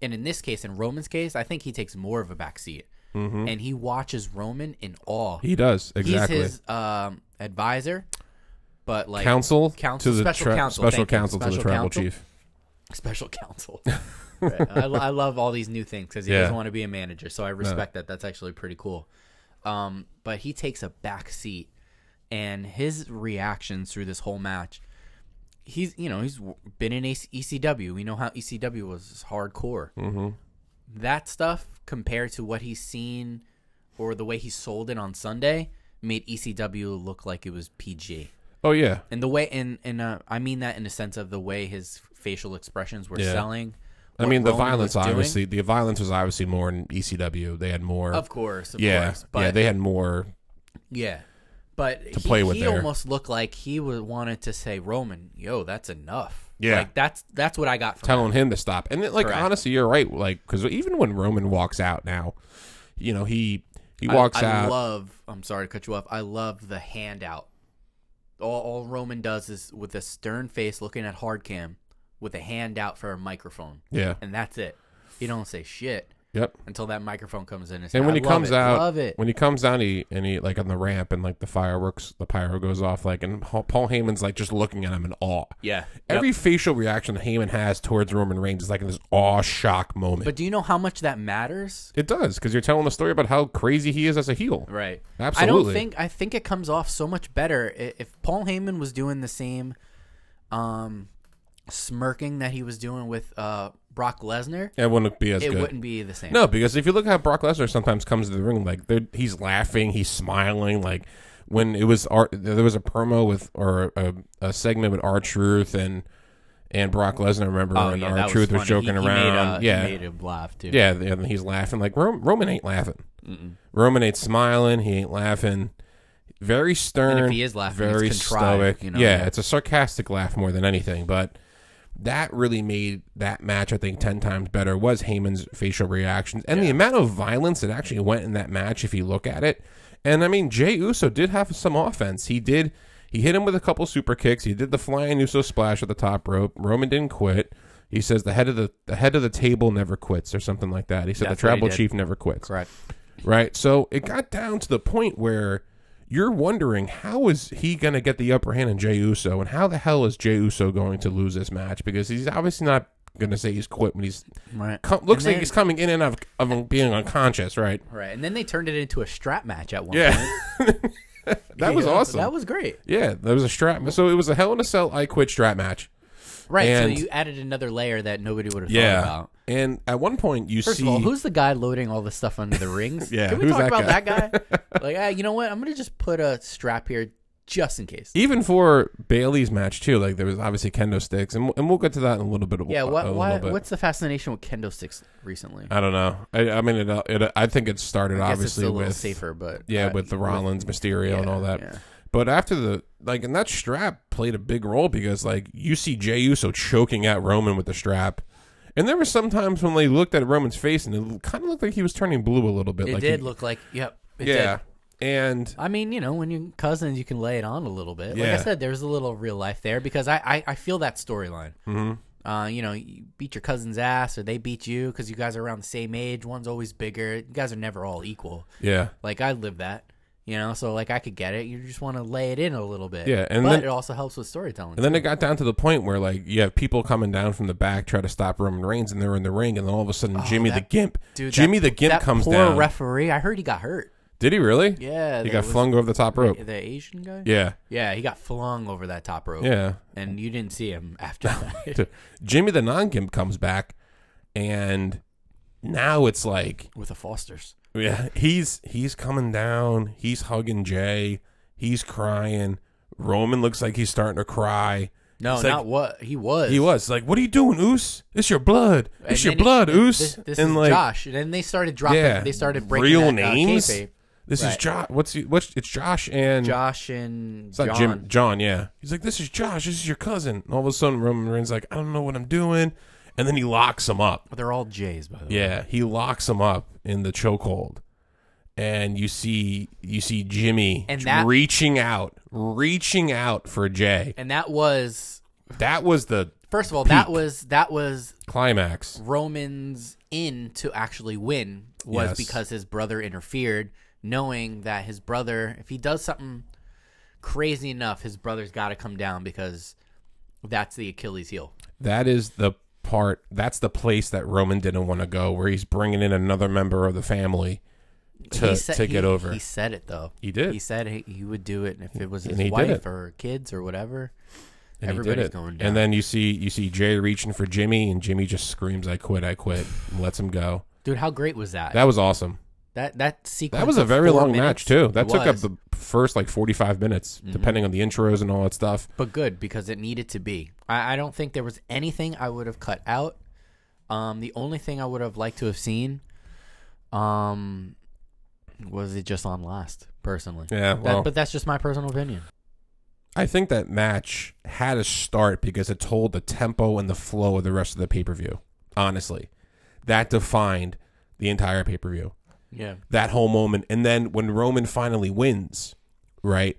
Speaker 2: and in this case, in Roman's case, I think he takes more of a back seat, and he watches Roman in awe.
Speaker 1: Mm-hmm. he does exactly.
Speaker 2: He's his um, advisor, but like
Speaker 1: counsel,
Speaker 2: Counsel,
Speaker 1: to the
Speaker 2: special
Speaker 1: tra-
Speaker 2: counsel,
Speaker 1: special
Speaker 2: thank you.
Speaker 1: counsel to the
Speaker 2: Special
Speaker 1: tribal
Speaker 2: counsel.
Speaker 1: chief.
Speaker 2: special counsel. Right. I, lo- I love all these new things because he
Speaker 1: Yeah.
Speaker 2: doesn't want to be a manager, so I respect that. That's actually pretty cool. Um, but he takes a back seat, and his reactions through this whole match, he's you know he's w- been in AC- ECW. We know how ECW was hardcore. Mm-hmm. That stuff compared to what he's seen or the way he sold it on Sunday made ECW look like it was PG.
Speaker 1: Oh yeah,
Speaker 2: And the way, and and uh, I mean that in the sense of the way his facial expressions were
Speaker 1: Yeah.
Speaker 2: selling.
Speaker 1: I
Speaker 2: what
Speaker 1: mean the
Speaker 2: Roman
Speaker 1: violence
Speaker 2: was doing.
Speaker 1: obviously. The violence was obviously more in ECW. They had more.
Speaker 2: Of course, of
Speaker 1: yeah,
Speaker 2: course. But
Speaker 1: yeah,
Speaker 2: yeah,
Speaker 1: they had more.
Speaker 2: But to he,
Speaker 1: play with
Speaker 2: he
Speaker 1: there.
Speaker 2: almost looked like he would wanted to say Roman, yo, that's enough.
Speaker 1: Yeah.
Speaker 2: like that's that's what I got from.
Speaker 1: telling him to stop. And then, like
Speaker 2: Correct.
Speaker 1: honestly, you're right. Like because even when Roman walks out now, you know he he
Speaker 2: I-
Speaker 1: walks
Speaker 2: I,
Speaker 1: out.
Speaker 2: love. I'm sorry to cut you off. I love the handout. All, all Roman does is with a stern face, looking at hard cam, with a handout for a microphone,
Speaker 1: yeah.
Speaker 2: and that's it. He don't say shit
Speaker 1: Yep.
Speaker 2: until that microphone comes in.
Speaker 1: And when
Speaker 2: I
Speaker 1: he
Speaker 2: love
Speaker 1: comes
Speaker 2: it,
Speaker 1: out,
Speaker 2: love it.
Speaker 1: when he comes down, he and he like on the ramp and like the fireworks, the pyro goes off. Like and Pa- Paul Heyman's like just looking at him in awe.
Speaker 2: Yeah.
Speaker 1: Every facial reaction that Heyman has towards Roman Reigns is like this awe shock moment.
Speaker 2: But do you know how much that matters?
Speaker 1: it does because you're telling the story about how crazy he is as a heel.
Speaker 2: Right. I
Speaker 1: Absolutely.
Speaker 2: don't think I think it comes off so much better i- if Paul Heyman was doing the same um smirking that he was doing with uh Brock Lesnar,
Speaker 1: It wouldn't be as
Speaker 2: it
Speaker 1: good.
Speaker 2: wouldn't be the same.
Speaker 1: No, because if you look at how Brock Lesnar sometimes comes to the ring, like they're- he's laughing, he's smiling. Like when it was Ar- there was a promo with or a, a segment with R Truth and and Brock Lesnar. Remember, and
Speaker 2: Oh, that
Speaker 1: R Truth was,
Speaker 2: funny. He-
Speaker 1: joking
Speaker 2: he made,
Speaker 1: around.
Speaker 2: uh, he
Speaker 1: yeah,
Speaker 2: made him laugh too.
Speaker 1: yeah, and he's laughing. Like Rom- Roman ain't laughing. Roman ain't smiling. He ain't laughing. Very stern.
Speaker 2: And if he is laughing, it's
Speaker 1: very
Speaker 2: contrived,
Speaker 1: stoic.
Speaker 2: you know?
Speaker 1: yeah, it's a sarcastic laugh more than anything. But that really made that match, I think, ten times better. Was Heyman's facial reactions and the amount of violence that actually went in that match, if you look at it. And I mean, Jay Uso did have some offense. He did. He hit him with a couple super kicks. He did the flying Uso splash at the top rope. Roman didn't quit. He says the head of the the head of the table never quits or something like that. He said
Speaker 2: That's
Speaker 1: the
Speaker 2: what he
Speaker 1: tribal
Speaker 2: did.
Speaker 1: chief never quits.
Speaker 2: Correct.
Speaker 1: Right. So it got down to the point where you're wondering how is he going to get the upper hand on Jey Uso, and how the hell is Jey Uso going to lose this match because he's obviously not going to say he's quit when he's
Speaker 2: Right.
Speaker 1: co- looks
Speaker 2: And
Speaker 1: like
Speaker 2: then-
Speaker 1: he's coming in and out of, of being unconscious. Right.
Speaker 2: Right. And then they turned it into a strap match at one point.
Speaker 1: Yeah. that was
Speaker 2: Yeah,
Speaker 1: awesome.
Speaker 2: That was great.
Speaker 1: yeah, that was a strap. So it was a Hell in a Cell I Quit strap match.
Speaker 2: Right.
Speaker 1: And-
Speaker 2: so you added another layer that nobody would have thought about.
Speaker 1: Um, And at one point you
Speaker 2: First
Speaker 1: see
Speaker 2: of all, who's the guy loading all the stuff under the rings?
Speaker 1: Yeah,
Speaker 2: Can we
Speaker 1: who's
Speaker 2: talk
Speaker 1: that
Speaker 2: about
Speaker 1: guy?
Speaker 2: that guy? like, ah, you know what? I'm gonna just put a strap here just in case.
Speaker 1: even for Bailey's match too. Like there was obviously kendo sticks, and we'll, and we'll get to that in a little bit.
Speaker 2: Yeah,
Speaker 1: a
Speaker 2: what,
Speaker 1: little
Speaker 2: why,
Speaker 1: bit.
Speaker 2: what's the fascination with kendo sticks recently?
Speaker 1: I don't know. I, I mean, it, it. I think it started
Speaker 2: I guess it's a
Speaker 1: obviously
Speaker 2: little
Speaker 1: with
Speaker 2: safer, but
Speaker 1: yeah,
Speaker 2: uh,
Speaker 1: with the Rollins, Mysterio, and all that.
Speaker 2: yeah.
Speaker 1: But after the like, and that strap played a big role because like you see Jey Uso choking out Roman with the strap, And there were some times when they looked at Roman's face and it kind of looked like he was turning blue a little bit.
Speaker 2: It
Speaker 1: like
Speaker 2: did
Speaker 1: he-
Speaker 2: look like, yep. It
Speaker 1: yeah.
Speaker 2: Did.
Speaker 1: And
Speaker 2: I mean, you know, when you're cousins, you can lay it on a little bit. Like I
Speaker 1: Yeah.
Speaker 2: said, there's a little real life there because I, I, I feel that storyline.
Speaker 1: Mhm.
Speaker 2: Uh, you know, you beat your cousin's ass or they beat you because you guys are around the same age. One's always bigger. You guys are never all equal.
Speaker 1: yeah,
Speaker 2: Like I live that, you know. So like I could get it. You just want to lay it in a little bit.
Speaker 1: Yeah, and
Speaker 2: but
Speaker 1: then-
Speaker 2: it also helps with storytelling.
Speaker 1: and then it got down to the point where like you have people coming down from the back try to stop Roman Reigns and they're in the ring and then all of a sudden Jimmy the
Speaker 2: Oh, that-
Speaker 1: Gimp,
Speaker 2: Dude,
Speaker 1: Jimmy
Speaker 2: that-
Speaker 1: the Gimp
Speaker 2: that
Speaker 1: comes
Speaker 2: poor
Speaker 1: down.
Speaker 2: referee. I heard he got hurt.
Speaker 1: did he really?
Speaker 2: Yeah,
Speaker 1: he
Speaker 2: that
Speaker 1: got
Speaker 2: was-
Speaker 1: flung over the top rope.
Speaker 2: The Asian guy.
Speaker 1: Yeah,
Speaker 2: Yeah, he got flung over that top rope.
Speaker 1: yeah.
Speaker 2: and you didn't see him after that.
Speaker 1: Jimmy the non gimp comes back, and now it's like,
Speaker 2: with the Fosters.
Speaker 1: yeah, he's he's coming down. He's hugging Jay. He's crying. Roman looks like he's starting to cry.
Speaker 2: No,
Speaker 1: It's like-
Speaker 2: not what he was.
Speaker 1: He was like, "What are you doing, Oos? It's your blood.
Speaker 2: And
Speaker 1: It's your
Speaker 2: then he-
Speaker 1: blood, Oos."
Speaker 2: This, this
Speaker 1: and
Speaker 2: is
Speaker 1: like,
Speaker 2: Josh. And then they started dropping.
Speaker 1: yeah,
Speaker 2: they started breaking
Speaker 1: real
Speaker 2: that, uh,
Speaker 1: names.
Speaker 2: kayfabe.
Speaker 1: this is
Speaker 2: Right.
Speaker 1: Josh. What's he, what's it's Josh and
Speaker 2: Josh and
Speaker 1: It's not
Speaker 2: John.
Speaker 1: Jim. John, yeah. He's like, "This is Josh. This is your cousin." And all of a sudden, Roman Reigns like, "I don't know what I'm doing," and then he locks him up.
Speaker 2: They're all J's, by the way.
Speaker 1: Yeah, he locks him up in the chokehold, and you see you see Jimmy
Speaker 2: And that-
Speaker 1: reaching out, reaching out for Jay.
Speaker 2: And that was
Speaker 1: That was the
Speaker 2: first of all, that
Speaker 1: Peak.
Speaker 2: was that was
Speaker 1: climax.
Speaker 2: Roman's in to actually win was
Speaker 1: Yes.
Speaker 2: because his brother interfered, knowing that his brother, if he does something crazy enough, his brother's got to come down because that's the Achilles heel.
Speaker 1: That is the part. That's the place that Roman didn't want to go, where he's bringing in another member of the family to
Speaker 2: He said-
Speaker 1: to get
Speaker 2: he-
Speaker 1: over.
Speaker 2: He said it though.
Speaker 1: He did.
Speaker 2: He said he, he would do it if it was
Speaker 1: And he
Speaker 2: his
Speaker 1: did
Speaker 2: wife
Speaker 1: it.
Speaker 2: or kids or whatever.
Speaker 1: And he did
Speaker 2: Everybody's
Speaker 1: it.
Speaker 2: going down.
Speaker 1: And then you see you see Jay reaching for Jimmy, and Jimmy just screams, "I quit! I quit!" and lets him go.
Speaker 2: Dude, how great was that? That
Speaker 1: That was awesome.
Speaker 2: that, that sequence.
Speaker 1: That was a
Speaker 2: of
Speaker 1: very
Speaker 2: four
Speaker 1: long
Speaker 2: minutes,
Speaker 1: match too.
Speaker 2: it
Speaker 1: That took up
Speaker 2: was, Mm-hmm.
Speaker 1: the first like forty five minutes, depending on the intros and all that stuff.
Speaker 2: but good because it needed to be. I, I don't think there was anything I would have cut out. Um, the only thing I would have liked to have seen, um, was it just on last personally.
Speaker 1: Yeah,
Speaker 2: That-
Speaker 1: well,
Speaker 2: but that's just my personal opinion.
Speaker 1: I think that match had a start because it told the tempo and the flow of the rest of the pay per view. Honestly, that defined the entire pay per view.
Speaker 2: Yeah.
Speaker 1: That whole moment, and then when Roman finally wins, right?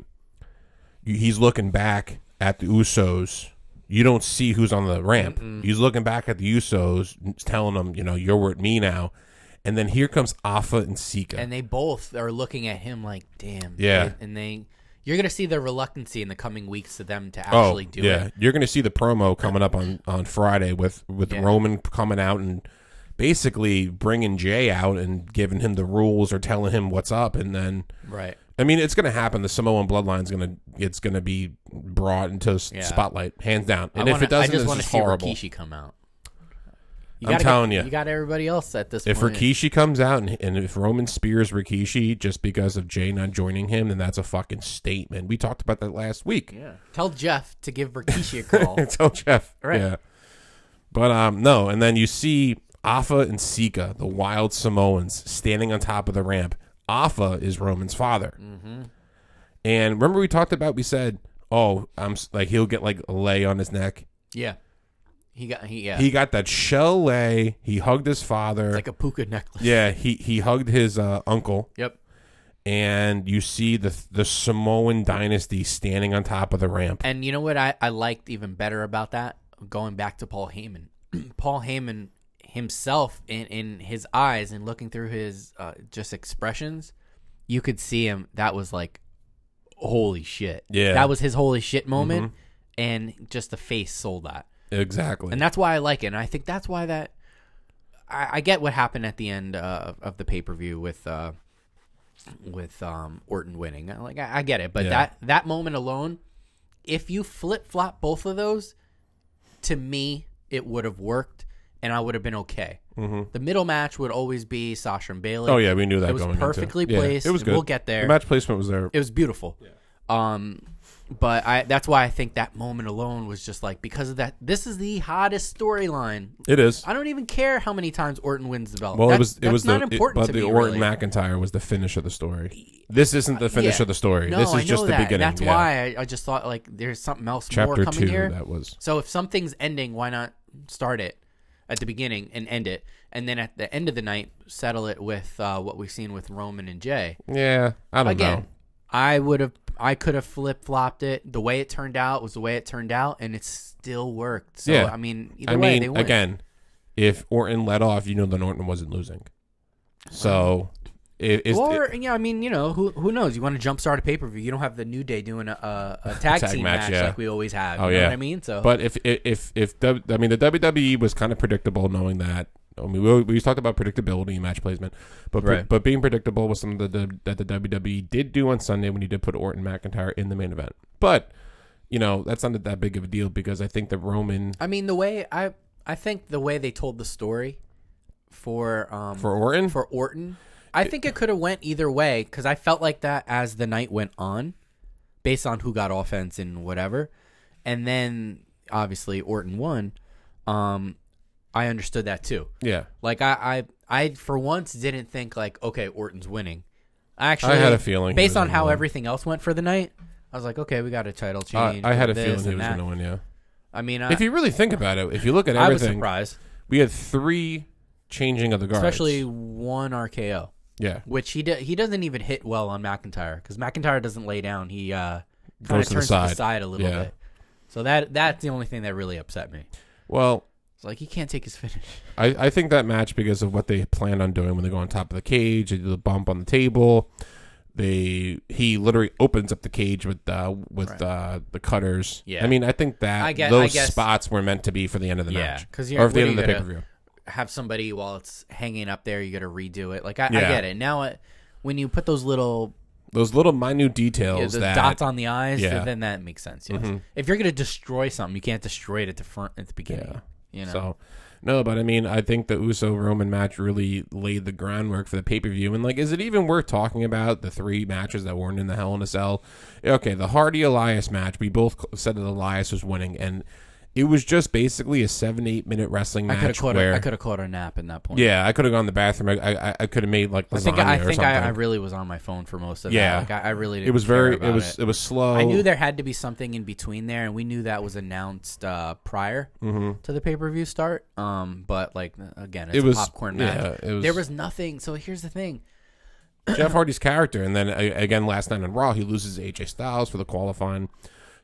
Speaker 1: you- He's looking back at the Usos. You don't see who's on the ramp. He's looking back at the Usos, telling them, you know, you're with me now. And then here comes Alpha and Sika.
Speaker 2: and they both are looking at him like, "Damn."
Speaker 1: Yeah.
Speaker 2: And they, you're gonna see their reluctancy in the coming weeks to them to
Speaker 1: Oh,
Speaker 2: actually do
Speaker 1: yeah.
Speaker 2: it.
Speaker 1: You're going to see the promo coming up on, on Friday with, with
Speaker 2: Yeah.
Speaker 1: Roman coming out and basically bringing Jay out and giving him the rules or telling him what's up. And then,
Speaker 2: Right.
Speaker 1: I mean, it's going to happen. The Samoan bloodline's going to it's going to be brought into s-
Speaker 2: Yeah.
Speaker 1: spotlight, hands down. And
Speaker 2: I
Speaker 1: if
Speaker 2: wanna,
Speaker 1: it doesn't,
Speaker 2: I just
Speaker 1: it's
Speaker 2: wanna
Speaker 1: just
Speaker 2: see
Speaker 1: horrible.
Speaker 2: Rikishi come out. You
Speaker 1: I'm
Speaker 2: gotta
Speaker 1: telling
Speaker 2: get-
Speaker 1: you.
Speaker 2: you got everybody else at this
Speaker 1: If
Speaker 2: point.
Speaker 1: Rikishi comes out and, and if Roman spears Rikishi just because of Jay not joining him, then that's a fucking statement. We talked about that last week.
Speaker 2: yeah. Tell Jeff to give Rikishi a call.
Speaker 1: Tell Jeff.
Speaker 2: Right.
Speaker 1: Yeah. But um no, and then you see Afa and Sika, the wild Samoans, standing on top of the ramp. Afa is Roman's father.
Speaker 2: Mm-hmm.
Speaker 1: And remember we talked about we said, "Oh, I'm s- like he'll get like a lay on his neck."
Speaker 2: yeah. He got he yeah.
Speaker 1: He got that shell lay. He hugged his father.
Speaker 2: like a puka necklace.
Speaker 1: yeah, he he hugged his uh, uncle.
Speaker 2: Yep.
Speaker 1: and you see the the Samoan dynasty standing on top of the ramp.
Speaker 2: And you know what I, I liked even better about that? Going back to Paul Heyman. Paul Heyman himself, in, in his eyes and looking through his uh, just expressions, you could see him. That was like, holy shit.
Speaker 1: Yeah.
Speaker 2: That was his holy shit moment. And just the face sold that.
Speaker 1: Exactly.
Speaker 2: And that's why I like it. And I think that's why that. I, I get what happened at the end uh, of the pay per view with. Uh, with um, Orton winning, like I, I get it, but
Speaker 1: Yeah.
Speaker 2: that that moment alone, if you flip flop both of those, to me it would have worked, and I would have been okay. Mm-hmm. The middle match would always be Sasha and Bailey.
Speaker 1: oh yeah, we knew that
Speaker 2: it was
Speaker 1: going into
Speaker 2: perfectly
Speaker 1: Yeah,
Speaker 2: placed,
Speaker 1: it was
Speaker 2: and
Speaker 1: good.
Speaker 2: we'll get there.
Speaker 1: The match placement was there.
Speaker 2: it was beautiful. Um, but I that's why I think that moment alone was just like because of that. This is the hottest storyline.
Speaker 1: it is.
Speaker 2: I don't even care how many times Orton wins the belt.
Speaker 1: Well, it
Speaker 2: That's-
Speaker 1: was. It
Speaker 2: that's
Speaker 1: was
Speaker 2: not
Speaker 1: the. it-
Speaker 2: important
Speaker 1: but
Speaker 2: to
Speaker 1: the
Speaker 2: me,
Speaker 1: Orton
Speaker 2: really. uh,
Speaker 1: McIntyre was the finish of the story. This isn't the finish
Speaker 2: Yeah.
Speaker 1: of the story.
Speaker 2: No,
Speaker 1: this is
Speaker 2: I
Speaker 1: just
Speaker 2: know
Speaker 1: the
Speaker 2: that, and
Speaker 1: beginning.
Speaker 2: That's
Speaker 1: yeah.
Speaker 2: why I, I just thought like there's something else more
Speaker 1: Chapter
Speaker 2: coming
Speaker 1: two.
Speaker 2: here.
Speaker 1: That was.
Speaker 2: So if something's ending, why not start it? at the beginning and end it, and then at the end of the night settle it with uh, what we've seen with Roman and Jay.
Speaker 1: Yeah, I don't
Speaker 2: Again,
Speaker 1: know.
Speaker 2: I would have, I could have flip flopped it. The way it turned out was the way it turned out, and it still worked. So
Speaker 1: Yeah.
Speaker 2: I mean, either
Speaker 1: I
Speaker 2: way, they
Speaker 1: mean,
Speaker 2: win.
Speaker 1: again, if Orton let off, you know that Orton wasn't losing. So, it, it's
Speaker 2: or yeah, I mean, you know, who who knows? You want to jumpstart a pay per view? You don't have the New Day doing a, a, a tag,
Speaker 1: Tag
Speaker 2: team
Speaker 1: match,
Speaker 2: match,
Speaker 1: yeah.
Speaker 2: like we always have.
Speaker 1: Oh,
Speaker 2: you know
Speaker 1: yeah.
Speaker 2: what I mean? So
Speaker 1: But if if if, if W- I mean the WWE was kind of predictable, knowing that. I mean, we always- we talked about predictability in match placement, but pre-
Speaker 2: Right.
Speaker 1: but being predictable was something that the, that the WWE did do on Sunday when you did put Orton McIntyre in the main event. But you know that's not that big of a deal because I think that Roman
Speaker 2: I mean, the way I I think the way they told the story for um
Speaker 1: for Orton,
Speaker 2: for Orton, I think it could have went either way because I felt like that as the night went on, based on who got offense and whatever, and then obviously Orton won. Um, I understood that too.
Speaker 1: yeah,
Speaker 2: Like I, I, I for once didn't think like, okay, Orton's winning. I actually
Speaker 1: I had a feeling he
Speaker 2: based
Speaker 1: was
Speaker 2: on
Speaker 1: gonna
Speaker 2: how
Speaker 1: win.
Speaker 2: everything else went for the night. I was like, okay, we got a title
Speaker 1: I,
Speaker 2: change.
Speaker 1: I had a
Speaker 2: with
Speaker 1: feeling
Speaker 2: this
Speaker 1: he
Speaker 2: and
Speaker 1: was
Speaker 2: that.
Speaker 1: going to win. Yeah,
Speaker 2: I mean, I,
Speaker 1: if you really think about it, if you look at
Speaker 2: I was
Speaker 1: everything,
Speaker 2: surprised,
Speaker 1: we had three changing of the guards,
Speaker 2: especially one RKO,
Speaker 1: yeah,
Speaker 2: which he do, he doesn't even hit well on McIntyre because McIntyre doesn't lay down. He uh, kind
Speaker 1: Goes to
Speaker 2: of
Speaker 1: the
Speaker 2: turns to the
Speaker 1: side.
Speaker 2: side a little
Speaker 1: Yeah.
Speaker 2: bit. So that that's the only thing that really upset me.
Speaker 1: well.
Speaker 2: It's like he can't take his finish.
Speaker 1: I, I think that match because of what they planned on doing when they go on top of the cage, they do the bump on the table. They he literally opens up the cage with uh, with
Speaker 2: Right.
Speaker 1: uh, the cutters.
Speaker 2: Yeah.
Speaker 1: I mean I think that
Speaker 2: I guess-
Speaker 1: those
Speaker 2: I guess-
Speaker 1: spots were meant to be for the end of the
Speaker 2: Yeah,
Speaker 1: match,
Speaker 2: 'cause you're-
Speaker 1: or for the
Speaker 2: what
Speaker 1: end of
Speaker 2: are
Speaker 1: the
Speaker 2: you
Speaker 1: pay per
Speaker 2: gonna-
Speaker 1: view.
Speaker 2: have somebody while it's hanging up there. You got to redo it. Like I, I
Speaker 1: Yeah.
Speaker 2: get it now. It, when you put those little
Speaker 1: Those little minute
Speaker 2: yeah,
Speaker 1: details
Speaker 2: those
Speaker 1: that
Speaker 2: dots on the eyes,
Speaker 1: Yeah. Mm-hmm.
Speaker 2: th- then that makes sense. Yes. If you're gonna destroy something, you can't destroy it at the front at the beginning. You know.
Speaker 1: So, no, but I mean, I think the Uso Roman match really laid the groundwork for the pay per view. And like, is it even worth talking about the three matches that weren't in the Hell in a Cell? Okay, the Hardy Elias match. We both cl- said that Elias was winning, and it was just basically a seven eight minute wrestling
Speaker 2: I could have
Speaker 1: match
Speaker 2: caught.
Speaker 1: where.
Speaker 2: A, I could have caught a nap in that point.
Speaker 1: yeah, I could have gone to the bathroom. I I, I could have made like lasagna
Speaker 2: I think I, I
Speaker 1: or
Speaker 2: think
Speaker 1: something.
Speaker 2: I, I really was on my phone for most of
Speaker 1: Yeah.
Speaker 2: that. Like, I, I really didn't
Speaker 1: it was
Speaker 2: care
Speaker 1: very. It
Speaker 2: about
Speaker 1: was it, was slow.
Speaker 2: I knew there had to be something in between there, and we knew that was announced uh, prior to the pay per view start. Um, but like again, it's
Speaker 1: Mm-hmm. It
Speaker 2: a
Speaker 1: was-
Speaker 2: popcorn
Speaker 1: yeah,
Speaker 2: match.
Speaker 1: it was-
Speaker 2: there was nothing. So here's the thing:
Speaker 1: Jeff Hardy's character, and then a- again last night on Raw, he loses to AJ Styles for the qualifying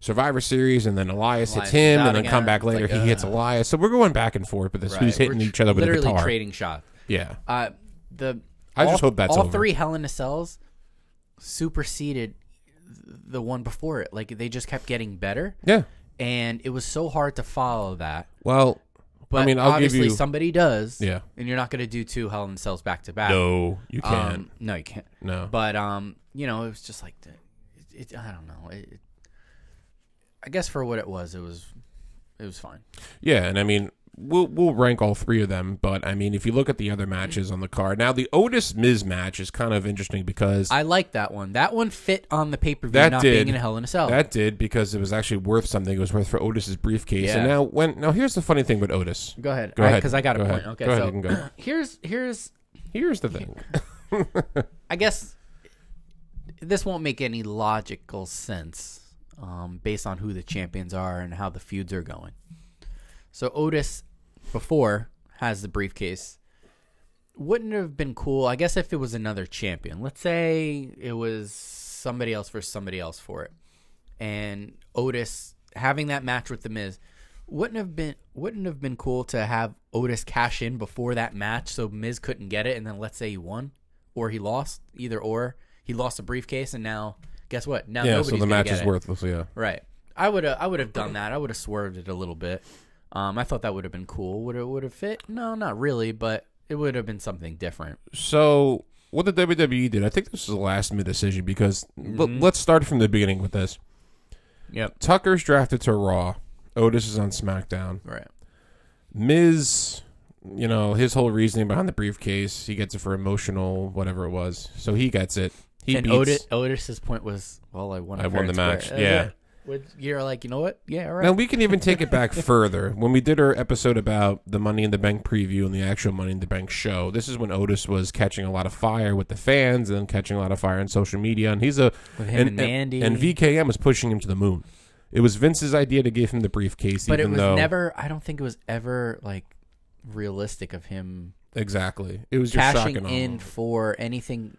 Speaker 1: Survivor Series, and then Elias, hits
Speaker 2: Elias
Speaker 1: him,
Speaker 2: comes out
Speaker 1: and then come
Speaker 2: again.
Speaker 1: back
Speaker 2: It's
Speaker 1: later
Speaker 2: like,
Speaker 1: he hits
Speaker 2: uh,
Speaker 1: Elias. So we're going back and forth with this. Who's
Speaker 2: Right,
Speaker 1: hitting
Speaker 2: we're
Speaker 1: each other with a
Speaker 2: literally
Speaker 1: guitar?
Speaker 2: trading shots.
Speaker 1: yeah,
Speaker 2: Uh, the
Speaker 1: I just
Speaker 2: all-
Speaker 1: hope that's
Speaker 2: all
Speaker 1: over.
Speaker 2: three Hell in a Cells superseded the one before it. Like they just kept getting better,
Speaker 1: yeah.
Speaker 2: and it was so hard to follow that.
Speaker 1: Well,
Speaker 2: But
Speaker 1: I mean, I'll give
Speaker 2: obviously
Speaker 1: you.
Speaker 2: somebody does.
Speaker 1: Yeah.
Speaker 2: and you're not going to do two Hell in a Cells back to back.
Speaker 1: no, you can't.
Speaker 2: Um, no, you can't.
Speaker 1: no.
Speaker 2: But um, you know, it was just like, the- it, it, I don't know. It, it, I guess for what it was, it was, it was fine.
Speaker 1: Yeah, and I mean, we'll we'll rank all three of them. But I mean, if you look at the other matches on the card now, the Otis Miz match is kind of interesting because
Speaker 2: I like that one. That one fit on the pay per view
Speaker 1: That
Speaker 2: not
Speaker 1: did.
Speaker 2: being in a Hell in a Cell.
Speaker 1: That did because it was actually worth something. It was worth for Otis's briefcase. And
Speaker 2: Yeah.
Speaker 1: now when now here's the funny thing with Otis.
Speaker 2: go ahead,
Speaker 1: Go ahead.
Speaker 2: because I got a
Speaker 1: Go
Speaker 2: point.
Speaker 1: ahead.
Speaker 2: Okay,
Speaker 1: Go ahead,
Speaker 2: so
Speaker 1: you can go.
Speaker 2: here's here's
Speaker 1: Here's the thing.
Speaker 2: I guess this won't make any logical sense um, based on who the champions are and how the feuds are going. So Otis, before, has the briefcase. Wouldn't it have been cool, I guess, if it was another champion. Let's say it was somebody else versus somebody else for it, and Otis having that match with the Miz. Wouldn't have been wouldn't have been cool to have Otis cash in before that match so Miz couldn't get it and then let's say he won or he lost either or he lost a briefcase and now guess what now
Speaker 1: Yeah,
Speaker 2: nobody's
Speaker 1: so the
Speaker 2: gonna
Speaker 1: match
Speaker 2: get
Speaker 1: is
Speaker 2: it.
Speaker 1: worthless. Yeah,
Speaker 2: Right. I would have I would have done that. I would have swerved it a little bit. Um, I thought that would have been cool. Would it would have fit? No, not really, but it would have been something different.
Speaker 1: So what the WWE did, I think this was a last minute decision because l- let's start from the beginning with this.
Speaker 2: Yep.
Speaker 1: Tucker's drafted to Raw. Otis is on SmackDown.
Speaker 2: Right.
Speaker 1: Miz, you know his whole reasoning behind the briefcase. He gets it for emotional, whatever it was. So he gets it. He
Speaker 2: and
Speaker 1: beats.
Speaker 2: Otis, Otis's point was, well, I won.
Speaker 1: I won
Speaker 2: fair and
Speaker 1: the match.
Speaker 2: square. Uh,
Speaker 1: Yeah.
Speaker 2: Which you're like, you know what? Yeah. All right.
Speaker 1: Now we can even take it back further. When we did our episode about the Money in the Bank preview and the actual Money in the Bank show, this is when Otis was catching a lot of fire with the fans and catching a lot of fire on social media. And he's a
Speaker 2: With him and Mandy.
Speaker 1: and VKM was pushing him to the moon. It was Vince's idea to give him the briefcase,
Speaker 2: but it
Speaker 1: even
Speaker 2: was
Speaker 1: though
Speaker 2: never. I don't think it was ever like realistic of him
Speaker 1: Exactly. It was just
Speaker 2: cashing
Speaker 1: shocking. all
Speaker 2: in
Speaker 1: over.
Speaker 2: for anything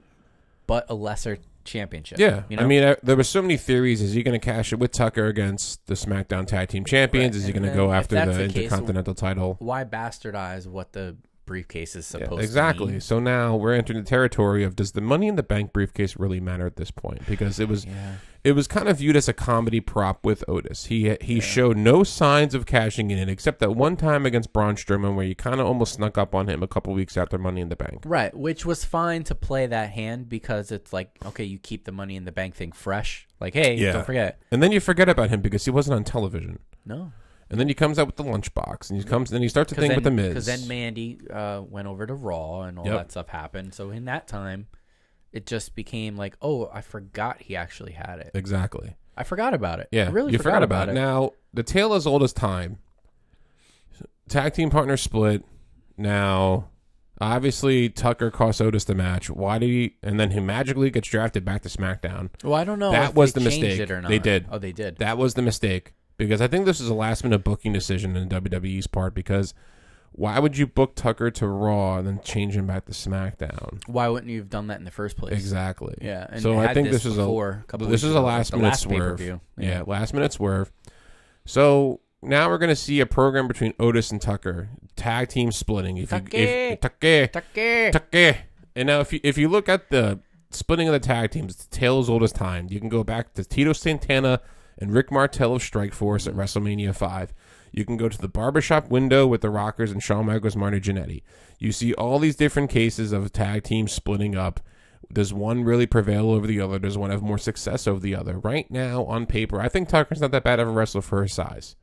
Speaker 2: but a lesser championship.
Speaker 1: Yeah,
Speaker 2: you know?
Speaker 1: I mean, I, there were so many theories. Is he going to cash it with Tucker against the SmackDown Tag Team Champions?
Speaker 2: Right,
Speaker 1: Is he
Speaker 2: and
Speaker 1: going to
Speaker 2: then
Speaker 1: go
Speaker 2: if
Speaker 1: after the,
Speaker 2: that's the case,
Speaker 1: Intercontinental title?
Speaker 2: why bastardize what the briefcase is
Speaker 1: Yeah,
Speaker 2: supposed to
Speaker 1: exactly.
Speaker 2: mean?
Speaker 1: So now we're entering the territory of does the Money in the Bank briefcase really matter at this point? Because it was
Speaker 2: Yeah.
Speaker 1: it was kind of viewed as a comedy prop with Otis. He he showed no signs of cashing in, except that one time against Braun Strowman where you kind of almost snuck up on him a couple weeks after Money in the Bank.
Speaker 2: Right, which was fine to play that hand because it's like, okay, you keep the money in the bank thing fresh. Like, hey,
Speaker 1: Yeah.
Speaker 2: don't forget.
Speaker 1: And then you forget about him because he wasn't on television.
Speaker 2: No.
Speaker 1: And then he comes out with the lunchbox, and he comes, then he starts a thing with the Miz.
Speaker 2: Because then Mandy uh, went over to Raw and all
Speaker 1: Yep.
Speaker 2: that stuff happened. So in that time, it just became like, oh, I forgot he actually had it.
Speaker 1: exactly.
Speaker 2: I forgot about it.
Speaker 1: Yeah,
Speaker 2: I really
Speaker 1: you forgot, about, it.
Speaker 2: it.
Speaker 1: Now the tale is old as time. Tag team partner split. Now, obviously Tucker cost Otis the match. Why did he? And then he magically gets drafted back to SmackDown.
Speaker 2: Well, I don't know.
Speaker 1: That
Speaker 2: if
Speaker 1: was
Speaker 2: they
Speaker 1: the
Speaker 2: changed
Speaker 1: mistake.
Speaker 2: It or not.
Speaker 1: They did.
Speaker 2: Oh, they did.
Speaker 1: That was the mistake because I think this is a last minute booking decision in WWE's part because why would you book Tucker to Raw and then change him back to SmackDown?
Speaker 2: Why wouldn't you have done that in the first place?
Speaker 1: Exactly.
Speaker 2: Yeah. And
Speaker 1: so
Speaker 2: they
Speaker 1: I
Speaker 2: had
Speaker 1: think this, is a
Speaker 2: before, couple
Speaker 1: this
Speaker 2: weeks
Speaker 1: is a
Speaker 2: ago,
Speaker 1: last
Speaker 2: the
Speaker 1: minute
Speaker 2: last
Speaker 1: swerve.
Speaker 2: pay-per-view.
Speaker 1: Yeah. last minute swerve. So now we're gonna see a program between Otis and Tucker, tag team splitting. If you if, Tucker,
Speaker 2: Tucker.
Speaker 1: Tucker, and now if you if you look at the splitting of the tag teams, it's tale as old as time. You can go back to Tito Santana and Rick Martel of Strike Force at WrestleMania five. You can go to the barbershop window with the Rockers and Shawn Michaels, Marty Jannetty. You see all these different cases of tag teams splitting up. Does one really prevail over the other? Does one have more success over the other? Right now, on paper, I think Tucker's not that bad of a wrestler for his size.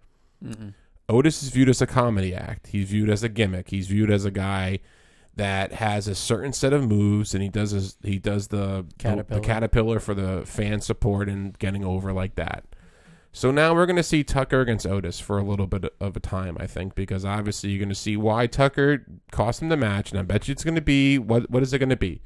Speaker 1: Otis is viewed as a comedy act. He's viewed as a gimmick. He's viewed as a guy that has a certain set of moves, and he does his, he does the
Speaker 2: Caterpillar.
Speaker 1: the caterpillar for the fan support and getting over like that. So now we're going to see Tucker against Otis for a little bit of a time, I think, because obviously you're going to see why Tucker cost him the match, and I bet you it's going to be what what is it going to be?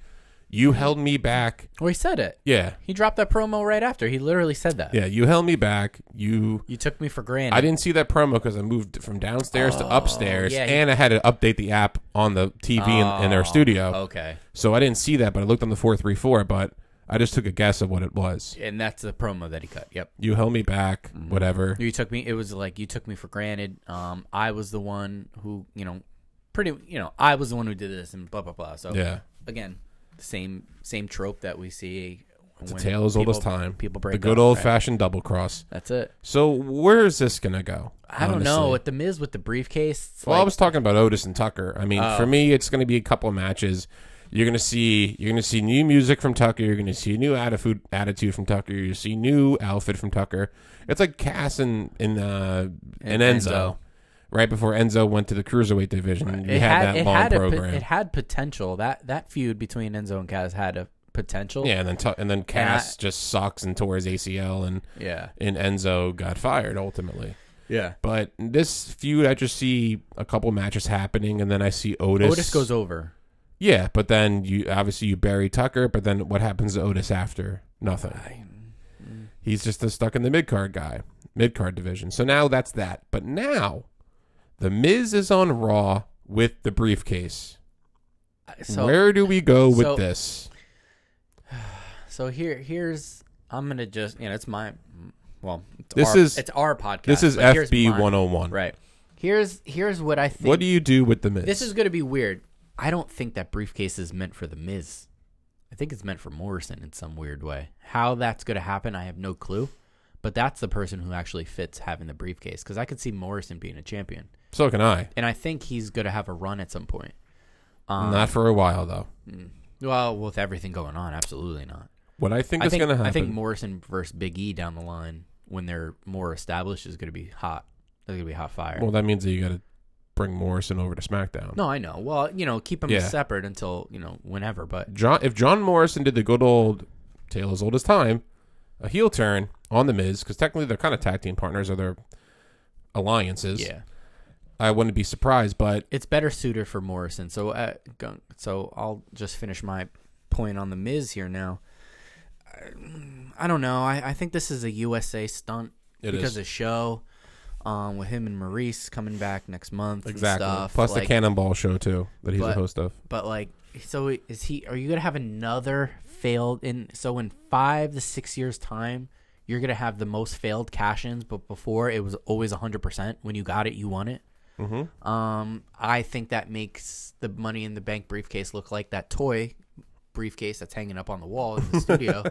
Speaker 1: You held me back.
Speaker 2: Well, he said it.
Speaker 1: Yeah,
Speaker 2: He dropped that promo right after. He literally said that.
Speaker 1: yeah. You held me back. You
Speaker 2: You took me for granted.
Speaker 1: I didn't see that promo because I moved from downstairs to upstairs,
Speaker 2: Oh, yeah, he- Oh,
Speaker 1: and I had to update the app on the TV in, in our studio.
Speaker 2: Okay.
Speaker 1: So I didn't see that, but I looked on the four three four. But I just took a guess of what it was.
Speaker 2: And that's the promo that he cut. Yep.
Speaker 1: You held me back, whatever.
Speaker 2: Mm-hmm. You took me. It was like you took me for granted. Um, I was the one who, you know, pretty, you know, I was the one who did this and blah blah blah. So
Speaker 1: Yeah,
Speaker 2: again, same same trope that we see.
Speaker 1: it's a tale as old as time.
Speaker 2: People break
Speaker 1: the good
Speaker 2: up,
Speaker 1: old
Speaker 2: right?
Speaker 1: fashioned double cross.
Speaker 2: That's it.
Speaker 1: So where is this gonna go?
Speaker 2: I don't know
Speaker 1: honestly?
Speaker 2: with the Miz with the briefcase. it's
Speaker 1: Well, I
Speaker 2: like- Oh.
Speaker 1: was talking about Otis and Tucker. I mean, for me, it's going to be a couple of matches. You're going to see you're going to see new music from Tucker. You're going to see new attitude attitude from Tucker. You see new outfit from Tucker. It's like Cass and and, uh, and
Speaker 2: And
Speaker 1: Enzo.
Speaker 2: Enzo.
Speaker 1: Right before Enzo went to the cruiserweight division, we had,
Speaker 2: it had,
Speaker 1: that
Speaker 2: it
Speaker 1: long
Speaker 2: had a po-
Speaker 1: program.
Speaker 2: it had potential. That that feud between Enzo and Kaz had a potential.
Speaker 1: yeah, and then Tu and then Cass just sucks and tore his ACL, and
Speaker 2: Yeah.
Speaker 1: and Enzo got fired ultimately.
Speaker 2: Yeah.
Speaker 1: But this feud, I just see a couple matches happening, and then I see Otis.
Speaker 2: Otis goes over.
Speaker 1: Yeah, but then you obviously you bury Tucker, but then what happens to Otis after? Nothing.
Speaker 2: mm.
Speaker 1: He's just a stuck in the mid card guy, mid card division. So now that's that. But now, the Miz is on Raw with the briefcase.
Speaker 2: Uh, So
Speaker 1: Where do we go with
Speaker 2: so-
Speaker 1: this?
Speaker 2: so here here's I'm gonna just you know it's my well it's
Speaker 1: This
Speaker 2: our,
Speaker 1: is-
Speaker 2: it's our podcast.
Speaker 1: This is
Speaker 2: but here's
Speaker 1: FB
Speaker 2: mine.
Speaker 1: one hundred and one.
Speaker 2: Right. Here's here's what I think.
Speaker 1: What do you do with the Miz?
Speaker 2: this is gonna be weird. I don't think that briefcase is meant for the Miz. I think it's meant for Morrison in some weird way. How that's gonna happen, I have no clue. But that's the person who actually fits having the briefcase because I could see Morrison being a champion,
Speaker 1: so can I.
Speaker 2: and I think he's gonna have a run at some point. Um, mm,
Speaker 1: Not for a while though.
Speaker 2: Well, with everything going on, absolutely not.
Speaker 1: What I think
Speaker 2: I
Speaker 1: is
Speaker 2: think
Speaker 1: going to happen.
Speaker 2: I think Morrison versus Big E down the line when they're more established is going to be hot. That's going to be hot fire.
Speaker 1: well, that means that you got to bring Morrison over to SmackDown.
Speaker 2: no, I know. Well, you know, keep them
Speaker 1: Yeah.
Speaker 2: separate until you know whenever. But
Speaker 1: John, if John Morrison did the good old tale as old as time, a heel turn on the Miz, because technically they're kind of tag team partners or they're alliances.
Speaker 2: yeah,
Speaker 1: I wouldn't be surprised, but
Speaker 2: it's better suited for Morrison. So, uh, go- so I'll just finish my point on the Miz here now. I- I don't know. I, I think this is a USA stunt
Speaker 1: It
Speaker 2: because
Speaker 1: is.
Speaker 2: of show. um, with him and Maurice coming back next month.
Speaker 1: Exactly.
Speaker 2: And stuff.
Speaker 1: Plus the
Speaker 2: like,
Speaker 1: Cannonball show too that he's a
Speaker 2: But-
Speaker 1: host of.
Speaker 2: But like, so is he? Are you gonna have another failed in? So in five to six years time, you're gonna have the most failed cash-ins. But before it was always hundred percent. When you got it, you won it. Mm-hmm. Um, I think that makes the money in the bank briefcase look like that toy briefcase that's hanging up on the wall in the studio,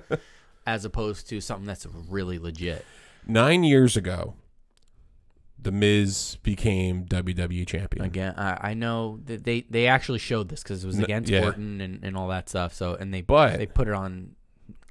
Speaker 2: as opposed to something that's really legit.
Speaker 1: Nine years ago, The Miz became WWE champion.
Speaker 2: Again, I, I know that they, they actually showed this because it was against
Speaker 1: yeah.
Speaker 2: Orton and, and all that stuff. So and they
Speaker 1: But-
Speaker 2: they put it on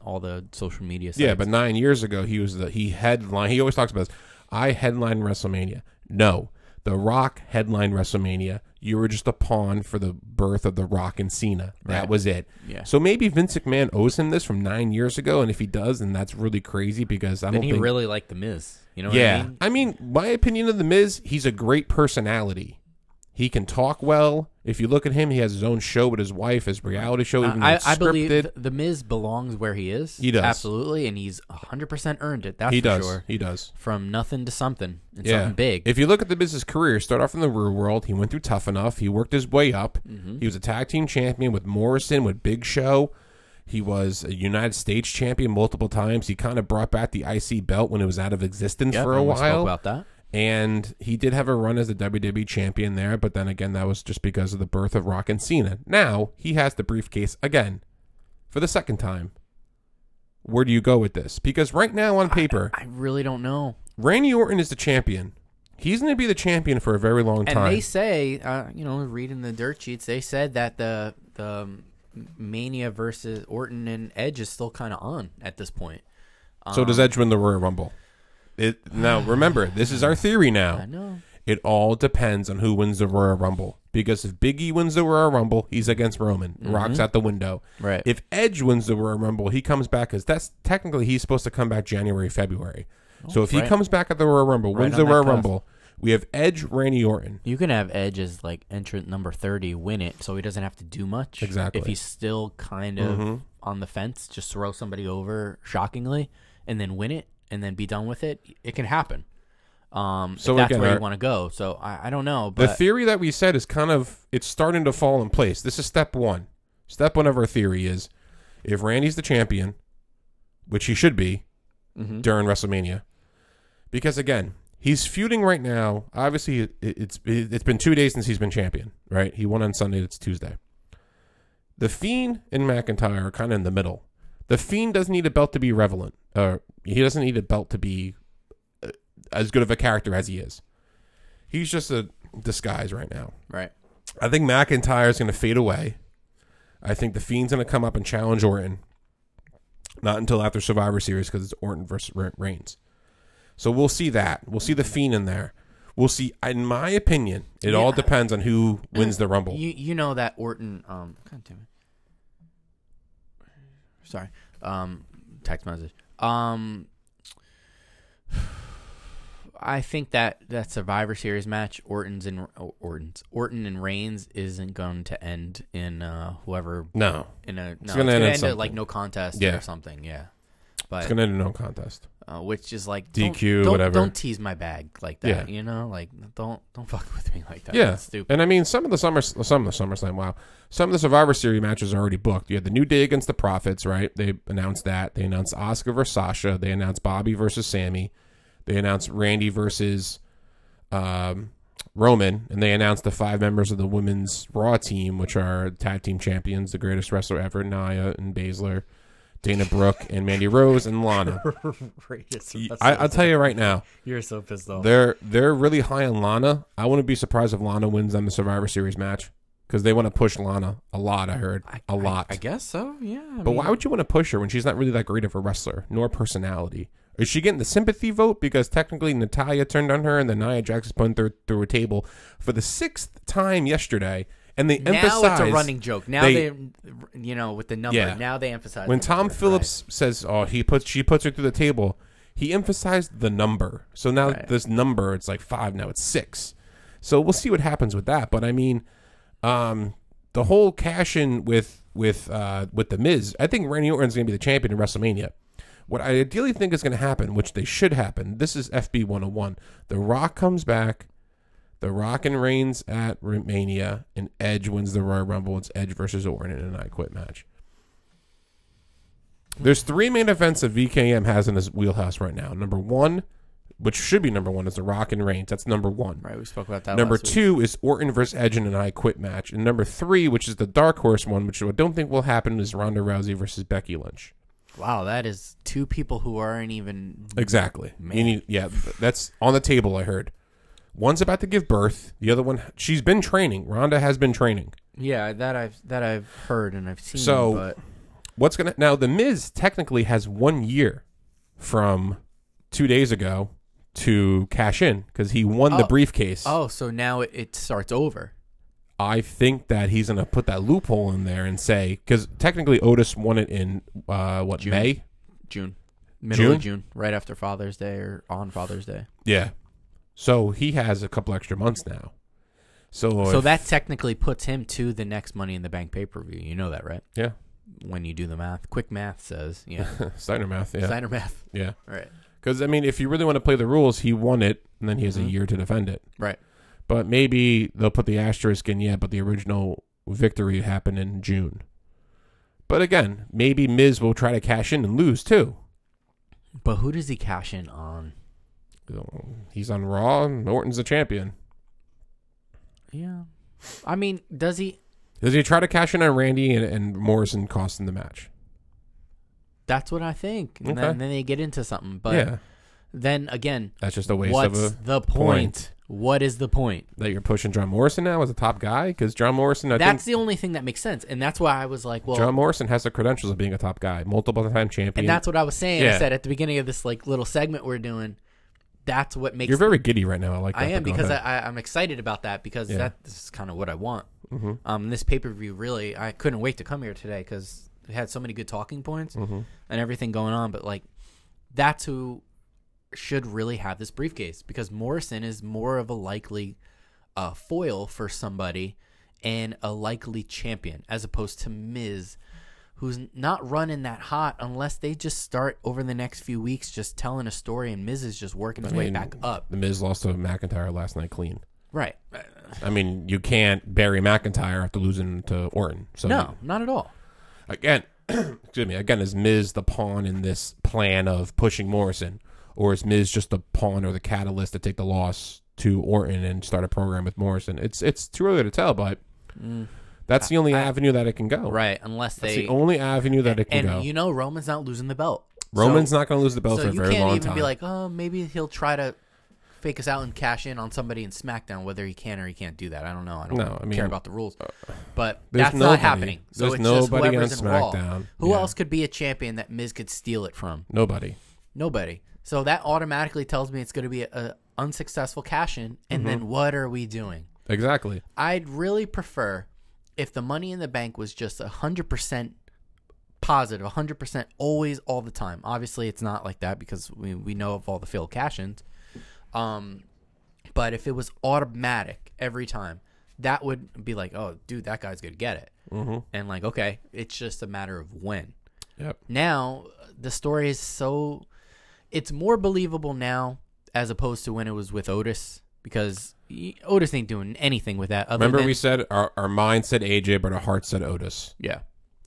Speaker 2: all the social media. Sites.
Speaker 1: Yeah, but nine years ago, he was the he headline. He always talks about this. I headline WrestleMania. No, The Rock headline WrestleMania. You were just a pawn for the birth of The Rock and Cena. That
Speaker 2: Right.
Speaker 1: was it.
Speaker 2: Yeah.
Speaker 1: So maybe Vince McMahon owes him this from nine years ago, and if he does, then that's really crazy because I
Speaker 2: then
Speaker 1: don't
Speaker 2: he
Speaker 1: think.
Speaker 2: really liked the Miz. You know what
Speaker 1: yeah,
Speaker 2: I mean?
Speaker 1: my opinion of the Miz, he's a great personality. He can talk well. If you look at him, he has his own show with his wife, his reality show. Even though
Speaker 2: I,
Speaker 1: it's
Speaker 2: I believe
Speaker 1: scripted.
Speaker 2: th- the Miz belongs where he is.
Speaker 1: He does.
Speaker 2: absolutely, and he's hundred percent earned it. That's
Speaker 1: he
Speaker 2: for
Speaker 1: does.
Speaker 2: sure.
Speaker 1: He does.
Speaker 2: From nothing to something and something big.
Speaker 1: If you look at the Miz's career, start off in the real world. He went through tough enough. He worked his way up.
Speaker 2: Mm-hmm.
Speaker 1: He was a tag team champion with Morrison, with Big Show. He was a United States champion multiple times. He kind of brought back the IC belt when it was out of existence
Speaker 2: Yeah,
Speaker 1: for a
Speaker 2: and we spoke
Speaker 1: while.
Speaker 2: about that.
Speaker 1: And he did have a run as the WWE champion there, but then again, that was just because of the birth of Rock and Cena. Now he has the briefcase again for the second time. Where do you go with this? Because right now on paper,
Speaker 2: I really don't know.
Speaker 1: Randy Orton is the champion. He's going to be the champion for a very long
Speaker 2: And
Speaker 1: time.
Speaker 2: they say, uh, you know, reading the dirt sheets, they said that the the um, Mania versus Orton and Edge is still kind of on at this point.
Speaker 1: so does Edge win the Royal Rumble? It now remember this is our theory
Speaker 2: Um,
Speaker 1: now.
Speaker 2: I know.
Speaker 1: It all depends on who wins the Royal Rumble because if Big E wins the Royal Rumble, he's against Roman. Rocks out the window.
Speaker 2: Mm-hmm. Right.
Speaker 1: If Edge wins the Royal Rumble, he comes back because that's technically he's supposed to come back January February. so if he
Speaker 2: Oh, right.
Speaker 1: comes back at the Royal Rumble, wins
Speaker 2: on
Speaker 1: the
Speaker 2: that
Speaker 1: Royal
Speaker 2: cusp.
Speaker 1: Rumble, we have Edge, Randy Orton.
Speaker 2: You can have Edge as like entrant number thirty, win it, so he doesn't have to do much.
Speaker 1: Exactly. Mm-hmm.
Speaker 2: If he's still kind of on the fence, just throw somebody over shockingly, and then win it, and then be done with it. It can happen. Um,
Speaker 1: So
Speaker 2: if that's
Speaker 1: again,
Speaker 2: where
Speaker 1: our-
Speaker 2: you want to go. So I, I don't know,
Speaker 1: The
Speaker 2: but
Speaker 1: theory that we said is kind of it's starting to fall in place. This is step one. Step one of our theory is if Randy's the champion, which he should be
Speaker 2: Mm-hmm.
Speaker 1: during WrestleMania, because again he's feuding right now. Obviously, it, it's it, it's been two days since he's been champion. Right, he won on Sunday. It's Tuesday. The Fiend and McIntyre are kind of in the middle. The Fiend doesn't need a belt to be relevant. Uh, he doesn't need a belt to be uh, as good of a character as he is. He's just a disguise right now.
Speaker 2: right.
Speaker 1: I think McIntyre is going to fade away. I think the Fiend's going to come up and challenge Orton. Not until after Survivor Series because it's Orton versus Re- Reigns. So we'll see that. We'll see the Fiend in there. We'll see. In my opinion, it all
Speaker 2: Yeah.
Speaker 1: depends on who wins the Rumble.
Speaker 2: You you know that Orton. Um, God damn it. Sorry. Um, text message. Um, I think that that Survivor Series match, Orton's and Orton's Orton and Reigns isn't going to end in uh, whoever
Speaker 1: no,
Speaker 2: in a no, it's
Speaker 1: gonna
Speaker 2: gonna
Speaker 1: end in
Speaker 2: end, at,
Speaker 1: something.
Speaker 2: like no contest
Speaker 1: Yeah.
Speaker 2: or something. Yeah. But
Speaker 1: it's going to end in no contest.
Speaker 2: uh, which is like
Speaker 1: DQ,
Speaker 2: don't, don't,
Speaker 1: whatever.
Speaker 2: Don't tease my bag like
Speaker 1: Yeah.
Speaker 2: that. You know, like don't don't fuck with me like that.
Speaker 1: Yeah,
Speaker 2: That's stupid.
Speaker 1: And I mean, some of the summer, some of the SummerSlam, wow, some of the Survivor Series matches are already booked. You had the New Day against the Profits, right? They announced that. They announced Oscar versus Sasha. They announced Bobby versus Sammy. They announced Randy versus um, Roman, and they announced the five members of the women's Raw team, which are tag team champions, the greatest wrestler ever, Naya and Baszler, Dana Brooke, and Mandy Rose, and Lana. I, I'll tell you right now,
Speaker 2: You're so pissed off.
Speaker 1: they're they're really high on Lana. I wouldn't be surprised if Lana wins on the Survivor Series match because they want to push Lana a lot. I heard
Speaker 2: I-
Speaker 1: a lot.
Speaker 2: I, I guess so. Yeah. I
Speaker 1: but
Speaker 2: mean,
Speaker 1: why would you want to push her when she's not really that great of a wrestler nor personality? Is she getting the sympathy vote because technically Natalia turned on her and then Nia Jax is putting through, through a table for the sixth time yesterday? And they
Speaker 2: now
Speaker 1: emphasize
Speaker 2: it's a running joke. Now
Speaker 1: they-
Speaker 2: they, you know, with the number.
Speaker 1: Yeah.
Speaker 2: Now they emphasize
Speaker 1: when
Speaker 2: the
Speaker 1: Tom
Speaker 2: number,
Speaker 1: Phillips says, "Oh, he puts she puts her through the table," he emphasized the number. So now
Speaker 2: Right.
Speaker 1: this number, it's like five. Now it's six. So we'll see what happens with that. But I mean, um, the whole cash in with with uh, with the Miz. I think Randy Orton's gonna be the champion in WrestleMania. What I ideally think is going to happen, which they should happen, this is FB 101. The Rock comes back. The Rock and Reigns at Mania, and Edge wins the Royal Rumble. It's Edge versus Orton in an I Quit match. There's three main events that VKM has in his wheelhouse right now. Number one, which should be number one, is The Rock and Reigns. That's number one.
Speaker 2: Right, we spoke about that.
Speaker 1: Number
Speaker 2: last week.
Speaker 1: two is Orton versus Edge in an I Quit match, and number three, which is the dark horse one, which I don't think will happen, is Ronda Rousey versus Becky Lynch.
Speaker 2: Wow, that is two people who aren't even.
Speaker 1: Exactly. You need, yeah, th- that's on the table. I heard. One's about to give birth. The other one, she's been training. Ronda has been training.
Speaker 2: Yeah, that I've that I've heard and I've seen.
Speaker 1: So-
Speaker 2: but
Speaker 1: What's gonna now? The Miz technically has one year from two days ago to cash in because he won the
Speaker 2: Oh.
Speaker 1: briefcase.
Speaker 2: oh, so now it, it starts over.
Speaker 1: I think that he's going to put that loophole in there and say because technically Otis won it in uh, what
Speaker 2: June.
Speaker 1: May?
Speaker 2: June, middle
Speaker 1: June?
Speaker 2: of June, right after Father's Day or on Father's Day.
Speaker 1: Yeah. So he has a couple extra months now. So,
Speaker 2: So
Speaker 1: if-
Speaker 2: that technically puts him to the next Money in the Bank pay per view. You know that, right?
Speaker 1: yeah,
Speaker 2: When you do the math, quick math says, yeah,
Speaker 1: Steiner math. Yeah,
Speaker 2: Steiner math.
Speaker 1: yeah.
Speaker 2: All right,
Speaker 1: Because I mean, if you really want to play the rules, he won it, and then he has a
Speaker 2: Mhm.
Speaker 1: year to defend it.
Speaker 2: right.
Speaker 1: But maybe they'll put the asterisk in, yeah, but the original victory happened in June. But again, maybe Miz will try to cash in and lose too.
Speaker 2: But who does he cash in on?
Speaker 1: He's on Raw, and Orton's the champion.
Speaker 2: Yeah, I mean, does he?
Speaker 1: Does he try to cash in on Randy and, and Morrison costing the match?
Speaker 2: That's what I think. And
Speaker 1: Okay.
Speaker 2: then, then they get into something. But
Speaker 1: yeah,
Speaker 2: then again,
Speaker 1: that's just a waste
Speaker 2: what's
Speaker 1: of a
Speaker 2: the point? What is the point?
Speaker 1: that you're pushing John Morrison now as a top guy because John Morrison, I think,
Speaker 2: that's the only thing that makes sense, and that's why I was like, well,
Speaker 1: John Morrison has the credentials of being a top guy, multiple time champion.
Speaker 2: and that's what I was saying.
Speaker 1: Yeah.
Speaker 2: I said at the beginning of this like little segment we're doing. That's what makes
Speaker 1: you're very giddy right now. I like. That
Speaker 2: I am
Speaker 1: but go
Speaker 2: because I,
Speaker 1: ahead.
Speaker 2: I, I'm excited about that because
Speaker 1: Yeah. Mm-hmm.
Speaker 2: that this is kind of what I want. Um, this pay per view really, I couldn't wait to come here today because it had so many good talking points
Speaker 1: Mm-hmm.
Speaker 2: and everything going on. But like, that's who should really have this briefcase because Morrison is more of a likely uh, foil for somebody and a likely champion as opposed to Miz. Who's not running that hot unless they just start over the next few weeks just telling a story and Miz is just working his way
Speaker 1: mean,
Speaker 2: back up.
Speaker 1: the Miz lost to McIntyre last night clean.
Speaker 2: Right.
Speaker 1: I mean, you can't bury McIntyre after losing to Orton. So
Speaker 2: No, not at all.
Speaker 1: again, excuse me. Again, is Miz the pawn in this plan of pushing Morrison, or is Miz just the pawn or the catalyst to take the loss to Orton and start a program with Morrison? It's it's too early to tell, but that's the only avenue that it can go.
Speaker 2: Mm. Right, unless
Speaker 1: That's
Speaker 2: they
Speaker 1: the only avenue that it can
Speaker 2: and
Speaker 1: go.
Speaker 2: you know Roman's not losing the belt.
Speaker 1: Roman's
Speaker 2: so,
Speaker 1: not going to lose the belt
Speaker 2: so
Speaker 1: for a
Speaker 2: you
Speaker 1: very
Speaker 2: can't
Speaker 1: long
Speaker 2: even
Speaker 1: time.
Speaker 2: be like, oh, maybe he'll try to fake us out and cash in on somebody in SmackDown. Whether he can or he can't do that, I don't know. I don't
Speaker 1: No, I mean- uh,
Speaker 2: care about the rules, but
Speaker 1: There's
Speaker 2: that's
Speaker 1: nobody-
Speaker 2: not happening. So
Speaker 1: there's
Speaker 2: it's
Speaker 1: nobody
Speaker 2: just whoever's
Speaker 1: on
Speaker 2: in Raw.
Speaker 1: SmackDown.
Speaker 2: Who
Speaker 1: Yeah.
Speaker 2: else could be a champion that Miz could steal it from?
Speaker 1: Nobody.
Speaker 2: Nobody. So that automatically tells me it's going to be a unsuccessful cash in, and
Speaker 1: Mm-hmm.
Speaker 2: then what are we doing?
Speaker 1: Exactly.
Speaker 2: I'd really prefer if the money in the bank was just 100% positive, 100% always, all the time. Obviously, it's not like that because we, we know of all the failed cash ins. Um, but if it was automatic every time, that would be like, oh, dude, that guy's going to get it. Mm-hmm. And like, okay, it's just a matter of when
Speaker 1: Yep.
Speaker 2: now the story is so it's more believable now as opposed to when it was with Otis because y- Otis ain't doing anything with that. Other
Speaker 1: Remember,
Speaker 2: than,
Speaker 1: we said our, our mind said AJ, but our heart said Otis,
Speaker 2: yeah.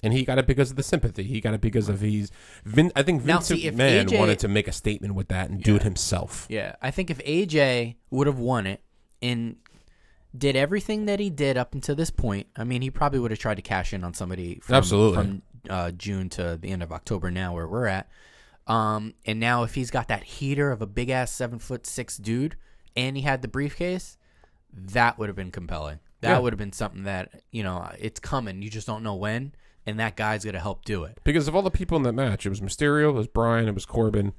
Speaker 1: and he got it because of the sympathy. He got it because of he's. Vin, I think
Speaker 2: Now,
Speaker 1: Vince
Speaker 2: see, if
Speaker 1: McMahon
Speaker 2: AJ
Speaker 1: wanted to make a statement with that and do it himself.
Speaker 2: Yeah, I think if AJ would have won it and did everything that he did up until this point, I mean, he probably would have tried to cash in on somebody from,
Speaker 1: Absolutely.
Speaker 2: from uh, June to the end of October. Now where we're at, um, and now if he's got that heater of a big ass seven foot six dude, and he had the briefcase, that would have been compelling. That
Speaker 1: Yeah.
Speaker 2: would have been something that you know it's coming. You just don't know when, and that guy's gonna help do it.
Speaker 1: Because of all the people in that match, it was Mysterio, it was Brian, it was Corbin,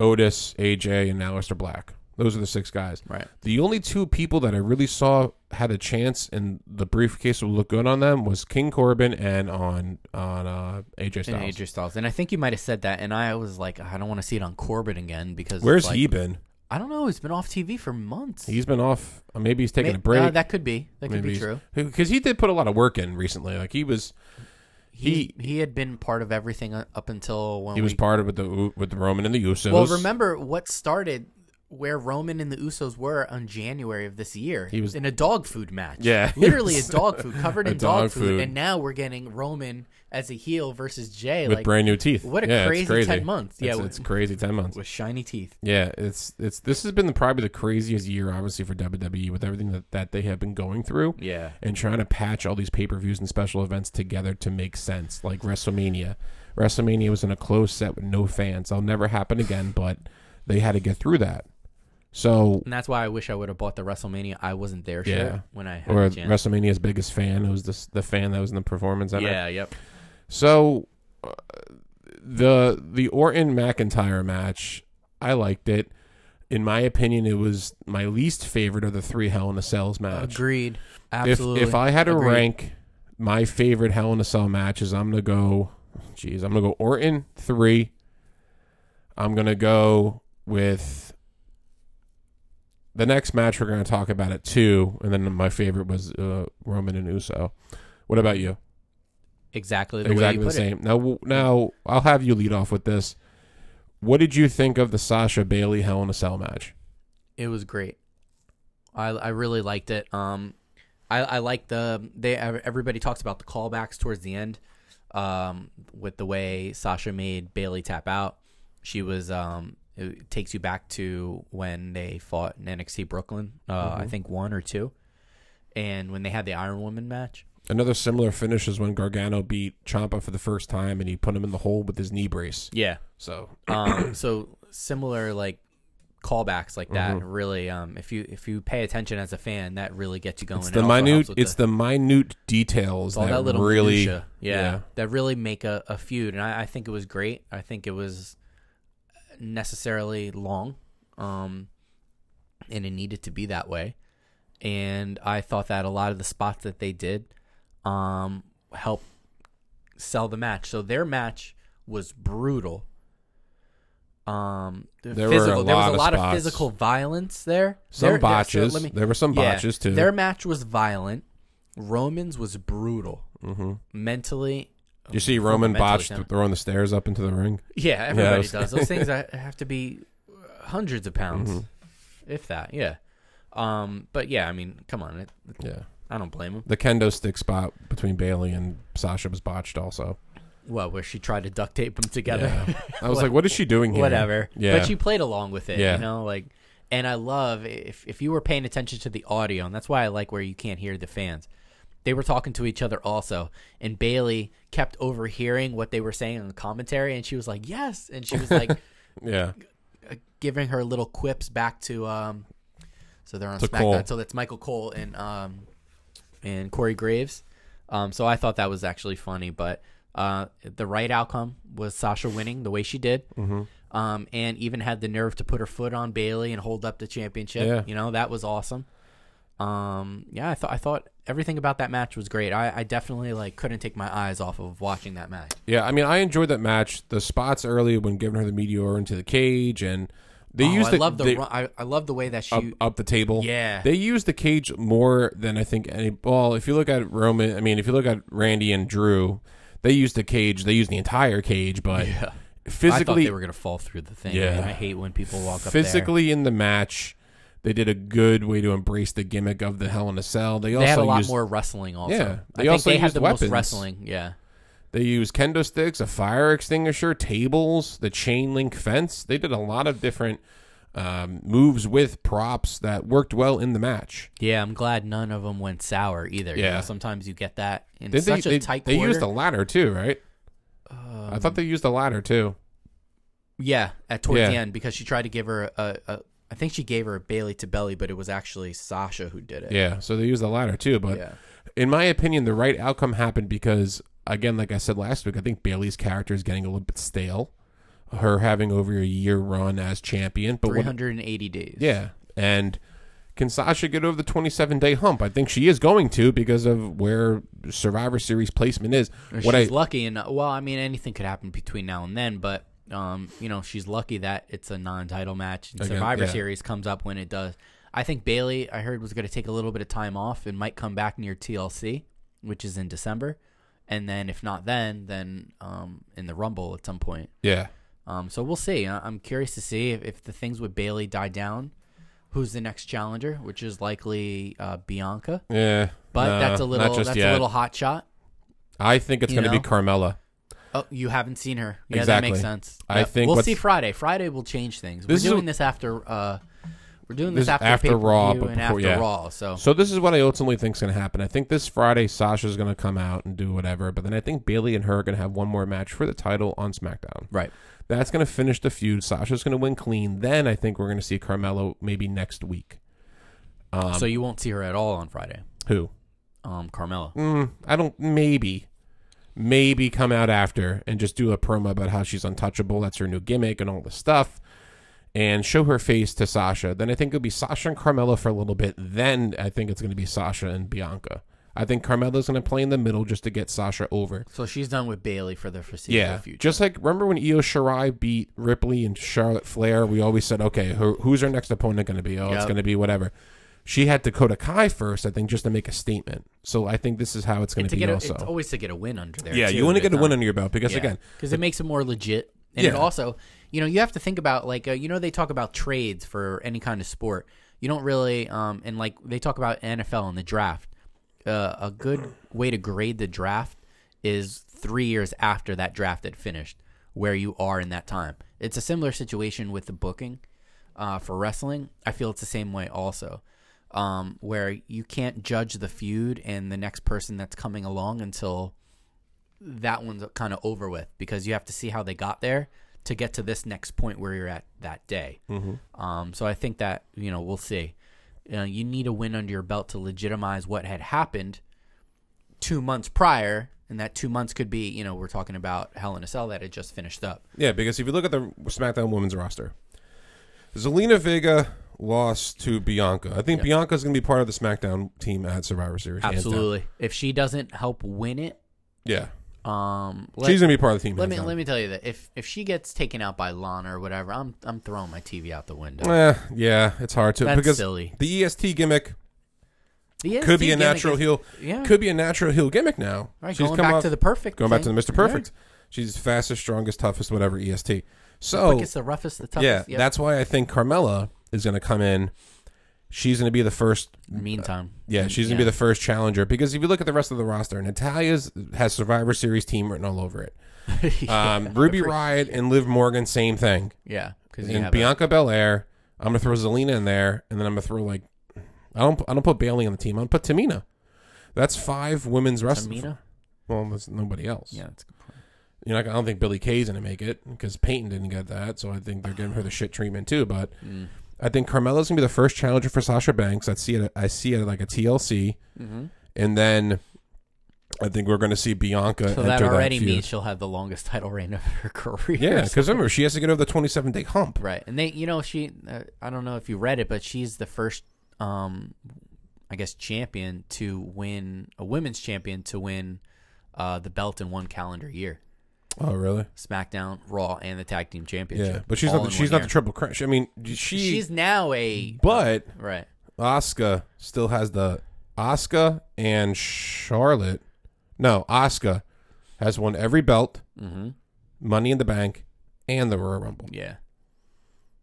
Speaker 1: Otis, AJ, and Aleister Black. Those are the six guys.
Speaker 2: Right.
Speaker 1: The only two people that I really saw had a chance and the briefcase would look good on them was King Corbin and on on uh, AJ
Speaker 2: And
Speaker 1: Styles.
Speaker 2: AJ Styles, and I think you might have said that, and I was like, I don't want to see it on Corbin again because
Speaker 1: Where's
Speaker 2: like,
Speaker 1: he been?
Speaker 2: I don't know. He's been off TV for months.
Speaker 1: He's been off. uh, Maybe he's taking
Speaker 2: May-
Speaker 1: a break.
Speaker 2: uh, that could be. That could
Speaker 1: maybe
Speaker 2: be true.
Speaker 1: Because he did put a lot of work in recently. Like he was,
Speaker 2: he
Speaker 1: He-
Speaker 2: he had been part of everything uh, up until when
Speaker 1: He
Speaker 2: we,
Speaker 1: was part of with the with the Roman and the Usos.
Speaker 2: Well, remember what started where Roman and the Usos were on January of this year. He
Speaker 1: was-
Speaker 2: in a dog food match.
Speaker 1: Yeah, he
Speaker 2: literally a
Speaker 1: was-
Speaker 2: dog food covered
Speaker 1: a
Speaker 2: in dog,
Speaker 1: dog
Speaker 2: food,
Speaker 1: food.
Speaker 2: and now we're getting Roman as a heel versus Jay.
Speaker 1: with
Speaker 2: like
Speaker 1: brand new teeth.
Speaker 2: what a
Speaker 1: Yeah, it's
Speaker 2: crazy 10 months. Yeah,
Speaker 1: It's,
Speaker 2: we-
Speaker 1: it's crazy ten months.
Speaker 2: with shiny teeth.
Speaker 1: Yeah, it's it's this has been the, probably the craziest year, obviously, for WWE with everything that, that they have been going through.
Speaker 2: Yeah.
Speaker 1: and trying to patch all these pay per views and special events together to make sense, like WrestleMania. WrestleMania was in a closed set with no fans. That'll never happen again, but they had to get through that. So,
Speaker 2: And that's why I wish I would have bought the WrestleMania I wasn't there shirt
Speaker 1: Yeah.
Speaker 2: when I Mm, had
Speaker 1: or
Speaker 2: the chance.
Speaker 1: WrestleMania's biggest fan, it was this, the fan that was in the performance center.
Speaker 2: yeah, yep.
Speaker 1: So uh, the the Orton McIntyre match, I liked it. In my opinion, it was my least favorite of the three Hell in a Cells match.
Speaker 2: Agreed.
Speaker 1: if
Speaker 2: Absolutely.
Speaker 1: if I had to
Speaker 2: Agreed.
Speaker 1: rank my favorite Hell in a Cell matches, I'm gonna go. Jeez, I'm gonna go Orton three. I'm gonna go with the next match. We're gonna talk about at two, and then my favorite was uh, Roman and Uso. What about you?
Speaker 2: exactly the way you
Speaker 1: exactly the
Speaker 2: put it.
Speaker 1: same. Now, w- now I'll have you lead off with this. What did you think of the Sasha Bailey Hell in a Cell match?
Speaker 2: It was great. I I really liked it. Um, I I like the they everybody talks about the callbacks towards the end, um, with the way Sasha made Bailey tap out. She was um, it takes you back to when they fought in NXT Brooklyn. Uh,
Speaker 1: Mm-hmm.
Speaker 2: I think one or two, and when they had the Iron Woman match.
Speaker 1: Another similar finish is when Gargano beat Champa for the first time, and he put him in the hole with his knee brace.
Speaker 2: Yeah.
Speaker 1: So
Speaker 2: um, so similar like callbacks like that
Speaker 1: Mm-hmm.
Speaker 2: really um if you if you pay attention as a fan that really gets you going
Speaker 1: it's
Speaker 2: Oh, It
Speaker 1: the
Speaker 2: also helps
Speaker 1: minute,
Speaker 2: with
Speaker 1: it's the, minute details
Speaker 2: all
Speaker 1: that,
Speaker 2: that, little
Speaker 1: really,
Speaker 2: minutia, yeah, that really make a, a feud, and I, I think it was great. I think it was necessarily long, um, and it needed to be that way. And I thought that a lot of the spots that they did um, help sell the match. So their match was brutal. Um, the
Speaker 1: There were a
Speaker 2: physical. there was
Speaker 1: lot
Speaker 2: a
Speaker 1: of
Speaker 2: lot of,
Speaker 1: spots.
Speaker 2: physical violence there.
Speaker 1: some
Speaker 2: There- yeah, so
Speaker 1: botches.
Speaker 2: let me-
Speaker 1: there were some
Speaker 2: yeah.
Speaker 1: botches too.
Speaker 2: Their match was violent. Roman's was brutal. Mentally.
Speaker 1: you see Roman
Speaker 2: mentally
Speaker 1: botched
Speaker 2: sound.
Speaker 1: throwing the stairs up into the ring.
Speaker 2: Yeah, everybody
Speaker 1: was-
Speaker 2: does. Those things I have to be hundreds of pounds, if that. Yeah. Um, but yeah, I mean, come on. It,
Speaker 1: Yeah,
Speaker 2: I don't blame him.
Speaker 1: the kendo stick spot between Bailey and Sasha was botched also.
Speaker 2: Well, where she tried to duct tape them together.
Speaker 1: Yeah, I was like, what is she doing here?
Speaker 2: Whatever.
Speaker 1: Yeah,
Speaker 2: But she played along with it,
Speaker 1: Yeah.
Speaker 2: you know, like and I love if if you were paying attention to the audio, and that's why I like where you can't hear the fans. They were talking to each other also, and Bailey kept overhearing what they were saying in the commentary and she was like, "Yes." And she was like
Speaker 1: yeah.
Speaker 2: giving her little quips back to um so they're on
Speaker 1: To
Speaker 2: SmackDown.
Speaker 1: Cole.
Speaker 2: So that's Michael Cole and um and Corey Graves. Um so I thought that was actually funny, but uh the right outcome was Sasha winning the way she did.
Speaker 1: Mm-hmm.
Speaker 2: Um and even had the nerve to put her foot on Bailey and hold up the championship.
Speaker 1: Yeah.
Speaker 2: You know, that was awesome. Um yeah, I thought I thought everything about that match was great. I, I definitely like couldn't take my eyes off of watching that match.
Speaker 1: Yeah, I mean, I enjoyed that match. The spots early when giving her the meteor into the cage, and they
Speaker 2: Oh,
Speaker 1: used
Speaker 2: I
Speaker 1: the,
Speaker 2: love the
Speaker 1: they-
Speaker 2: ru- I, I love the way that she
Speaker 1: up, up the table.
Speaker 2: Yeah.
Speaker 1: they used the cage more than I think any. Well, if you look at Roman, I mean, if you look at Randy and Drew, they used the cage. They used the entire cage, but
Speaker 2: I thought
Speaker 1: physically,
Speaker 2: they were gonna fall through the thing.
Speaker 1: Yeah.
Speaker 2: man. I hate when people walk up
Speaker 1: physically in the match, they did a good way to embrace the gimmick of the Hell in a Cell. They,
Speaker 2: there. They
Speaker 1: also
Speaker 2: had a lot
Speaker 1: used,
Speaker 2: more wrestling. Also,
Speaker 1: Yeah.
Speaker 2: I
Speaker 1: They
Speaker 2: think
Speaker 1: also
Speaker 2: they had
Speaker 1: used
Speaker 2: the most
Speaker 1: weapons.
Speaker 2: wrestling. Yeah,
Speaker 1: They used kendo sticks, a fire extinguisher, tables, the chain link fence. They did a lot of different um, moves with props that worked well in the match.
Speaker 2: yeah. I'm glad none of them went sour either. You
Speaker 1: Yeah.
Speaker 2: know, sometimes you get that in
Speaker 1: Didn't
Speaker 2: such
Speaker 1: they,
Speaker 2: a
Speaker 1: they,
Speaker 2: tight
Speaker 1: they
Speaker 2: quarter. Um,
Speaker 1: used a ladder too, right? I thought they used a ladder too.
Speaker 2: yeah, at towards the
Speaker 1: Yeah.
Speaker 2: end because she tried to give her a, a. I think she gave her a Bailey to belly, but it was actually Sasha who did it.
Speaker 1: Yeah, so they used a ladder too. But
Speaker 2: Yeah.
Speaker 1: in my opinion, the right outcome happened because, again, like I said last week, I think Bailey's character is getting a little bit stale. Her having over a year run as champion, but what,
Speaker 2: 380 days.
Speaker 1: Yeah. And can Sasha get over the 27 day hump? I think she is going to because of where Survivor Series placement is.
Speaker 2: What
Speaker 1: What I
Speaker 2: she's lucky, and well, I mean, anything could happen between now and then, but um, you know, she's lucky that it's a non-title match. And
Speaker 1: Again,
Speaker 2: Survivor
Speaker 1: yeah.
Speaker 2: Series comes up when it does. I think Bailey, I heard, was going to take a little bit of time off and might come back near TLC, which is in December, and then if not then, then um, in the Rumble at some point.
Speaker 1: Yeah.
Speaker 2: Um, so we'll see. I- I'm curious to see if, if the things with Bailey die down. Who's the next challenger? Which is likely uh, Bianca,
Speaker 1: Yeah.
Speaker 2: but
Speaker 1: No,
Speaker 2: that's a little
Speaker 1: Uh, Not just
Speaker 2: that's
Speaker 1: yet.
Speaker 2: a little hot shot.
Speaker 1: I think it's
Speaker 2: you
Speaker 1: going to be
Speaker 2: know?
Speaker 1: Carmella.
Speaker 2: Oh, you haven't seen her. Yeah, that
Speaker 1: Exactly.
Speaker 2: makes sense.
Speaker 1: I
Speaker 2: Yeah,
Speaker 1: think
Speaker 2: we'll
Speaker 1: what's-
Speaker 2: see Friday. Friday will change things.
Speaker 1: This is
Speaker 2: we're doing
Speaker 1: a-
Speaker 2: this after. Uh, we're doing
Speaker 1: This
Speaker 2: this,
Speaker 1: is
Speaker 2: after,
Speaker 1: after Raw,
Speaker 2: pay-per-view
Speaker 1: but
Speaker 2: and
Speaker 1: before-
Speaker 2: after
Speaker 1: yeah.
Speaker 2: Raw. So
Speaker 1: So this is what I ultimately think is going to happen. I think this Friday Sasha's going to come out and do whatever, but then I think Bailey and her are going to have one more match for the title on SmackDown.
Speaker 2: right,
Speaker 1: That's going to finish the feud. Sasha's going to win clean. Then I think we're going to see Carmelo maybe next week. Um,
Speaker 2: so you won't see her at all on Friday.
Speaker 1: Who?
Speaker 2: Um, Carmella.
Speaker 1: Mm, I don't. Maybe, maybe come out after and just do a promo about how she's untouchable. That's her new gimmick and all this stuff, and show her face to Sasha. Then I think it'll be Sasha and Carmelo for a little bit. Then I think it's going to be Sasha and Bianca. I think Carmelo's going to play in the middle just to get Sasha over.
Speaker 2: So she's done with Bailey for the foreseeable
Speaker 1: Yeah,
Speaker 2: future.
Speaker 1: just like remember when Io Shirai beat Ripley and Charlotte Flair, we always said, okay, who, who's our next opponent going to be? Oh, it's
Speaker 2: Yep.
Speaker 1: going to be whatever. She had Dakota Kai first, I think, just to make a statement. So I think this is how it's going
Speaker 2: And
Speaker 1: to
Speaker 2: to
Speaker 1: be
Speaker 2: get a,
Speaker 1: also.
Speaker 2: it's always to get a win under there.
Speaker 1: Yeah,
Speaker 2: too,
Speaker 1: you want to
Speaker 2: if
Speaker 1: get a
Speaker 2: it's
Speaker 1: win
Speaker 2: not-
Speaker 1: under your belt because
Speaker 2: Yeah,
Speaker 1: again,
Speaker 2: because it makes it more legit, and it
Speaker 1: Yeah.
Speaker 2: also, you know, you have to think about like uh, you know they talk about trades for any kind of sport. You don't really, um, and like they talk about NFL and the draft. Uh, a good way to grade the draft is three years after that draft had finished, where you are in that time. It's a similar situation with the booking uh, for wrestling. I feel it's the same way also. Um, where you can't judge the feud and the next person that's coming along until that one's kind of over with because you have to see how they got there to get to this next point where you're at that day.
Speaker 1: Mm-hmm.
Speaker 2: Um, so I think that you know we'll see. You, know, you need a win under your belt to legitimize what had happened two months prior, and that two months could be you know we're talking about Hell in a Cell that had just finished up.
Speaker 1: yeah, because if you look at the SmackDown women's roster, Zelina Vega lost to Bianca. I think Bianca's going to be part of the SmackDown team at Survivor Series. hands down.
Speaker 2: Absolutely, if she doesn't help win it,
Speaker 1: Yeah.
Speaker 2: um, let,
Speaker 1: She's going to be part of the team.
Speaker 2: let
Speaker 1: hands
Speaker 2: me
Speaker 1: down.
Speaker 2: let me tell you that if if she gets taken out by Lana or whatever, I'm I'm throwing my TV out the window.
Speaker 1: Eh, yeah, it's hard to
Speaker 2: That's
Speaker 1: because
Speaker 2: silly.
Speaker 1: the EST gimmick
Speaker 2: The
Speaker 1: could
Speaker 2: NXT
Speaker 1: be a
Speaker 2: gimmick
Speaker 1: natural
Speaker 2: is-
Speaker 1: heel.
Speaker 2: Yeah.
Speaker 1: Could be a natural heel gimmick now.
Speaker 2: Right,
Speaker 1: She's
Speaker 2: going
Speaker 1: come
Speaker 2: back
Speaker 1: off-
Speaker 2: to the perfect.
Speaker 1: going back to
Speaker 2: thing.
Speaker 1: the Mr.
Speaker 2: Yeah.
Speaker 1: Perfect. She's fastest, strongest, toughest, whatever EST. So
Speaker 2: quickest, the roughest, the
Speaker 1: Oh.
Speaker 2: toughest.
Speaker 1: yeah,
Speaker 2: Yep.
Speaker 1: that's why I think Carmella is going to come in. She's going to be the first
Speaker 2: meantime.
Speaker 1: Yeah, she's gonna be the first challenger because if you look at the rest of the roster, Natalia's has Survivor Series team written all over it.
Speaker 2: the.
Speaker 1: Um, Ruby Riot and Liv Morgan, same thing.
Speaker 2: yeah, because you
Speaker 1: And
Speaker 2: have a-
Speaker 1: Bianca Belair, I'm gonna throw Zelina in there, and then I'm gonna throw like, I don't, I don't put Bailey on the team. I don't put Tamina. That's five women's wrestling.
Speaker 2: Tamina.
Speaker 1: Well, that's nobody else.
Speaker 2: Yeah, that's a good point.
Speaker 1: You know, I don't think Billy Kay's gonna make it because Peyton didn't get that, so I think they're giving her the shit treatment too. But
Speaker 2: Mm.
Speaker 1: I think Carmella's gonna be the first challenger for Sasha Banks. I see it. I see it like a TLC,
Speaker 2: Mm-hmm.
Speaker 1: and then I think we're gonna see Bianca. enter
Speaker 2: So that already
Speaker 1: feud.
Speaker 2: means she'll have the longest title reign of her career.
Speaker 1: yeah, because remember she has to get over the twenty-seven day hump.
Speaker 2: Right, and they, you know, she. Uh, I don't know if you read it, but she's the first, um, I guess, champion to win a women's champion to win uh, the belt in one calendar year.
Speaker 1: Oh, really?
Speaker 2: SmackDown, Raw, and the tag team championship.
Speaker 1: Yeah, but she's
Speaker 2: all
Speaker 1: not. The,
Speaker 2: in
Speaker 1: she's
Speaker 2: one
Speaker 1: not the
Speaker 2: year.
Speaker 1: triple crash. I mean, she.
Speaker 2: she's now a
Speaker 1: but
Speaker 2: right.
Speaker 1: Oscar still has the Oscar and Charlotte. No, Oscar has won every belt,
Speaker 2: Mm-hmm.
Speaker 1: Money in the Bank, and the Royal Rumble.
Speaker 2: Yeah.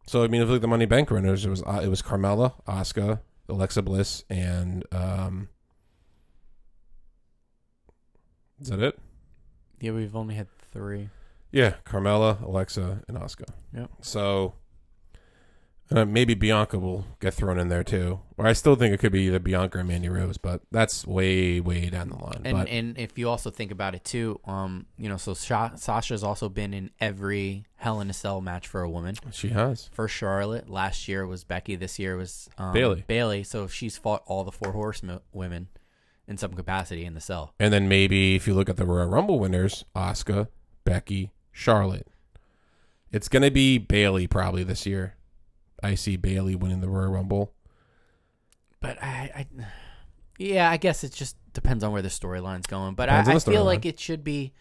Speaker 1: So I mean, if you look at the Money Bank winners, it was uh, it was Carmella, Oscar, Alexa Bliss, and um. Is that it?
Speaker 2: Yeah, we've only had three.
Speaker 1: Yeah, Carmella, Alexa, and Oscar.
Speaker 2: Yep.
Speaker 1: So. Uh, maybe Bianca will get thrown in there too, or I still think it could be either Bianca or Mandy Rose, but that's way, way down the line.
Speaker 2: And
Speaker 1: but
Speaker 2: and if you also think about it too, um, you know, so Sha- Sasha's also been in every Hell in a Cell match for a woman.
Speaker 1: she has.
Speaker 2: For Charlotte, last year was Becky. This year was um,
Speaker 1: Bayley.
Speaker 2: Bailey. So she's fought all the four horsewomen women in some capacity in the cell.
Speaker 1: And then maybe if you look at the Royal Rumble winners, Oscar, Becky, Charlotte. It's gonna be Bailey probably this year. I see Bailey winning the Royal Rumble.
Speaker 2: But I, I yeah, I guess it just depends on where the storyline's going. But
Speaker 1: Depends
Speaker 2: I,
Speaker 1: on
Speaker 2: I
Speaker 1: the
Speaker 2: feel
Speaker 1: storyline.
Speaker 2: like it should be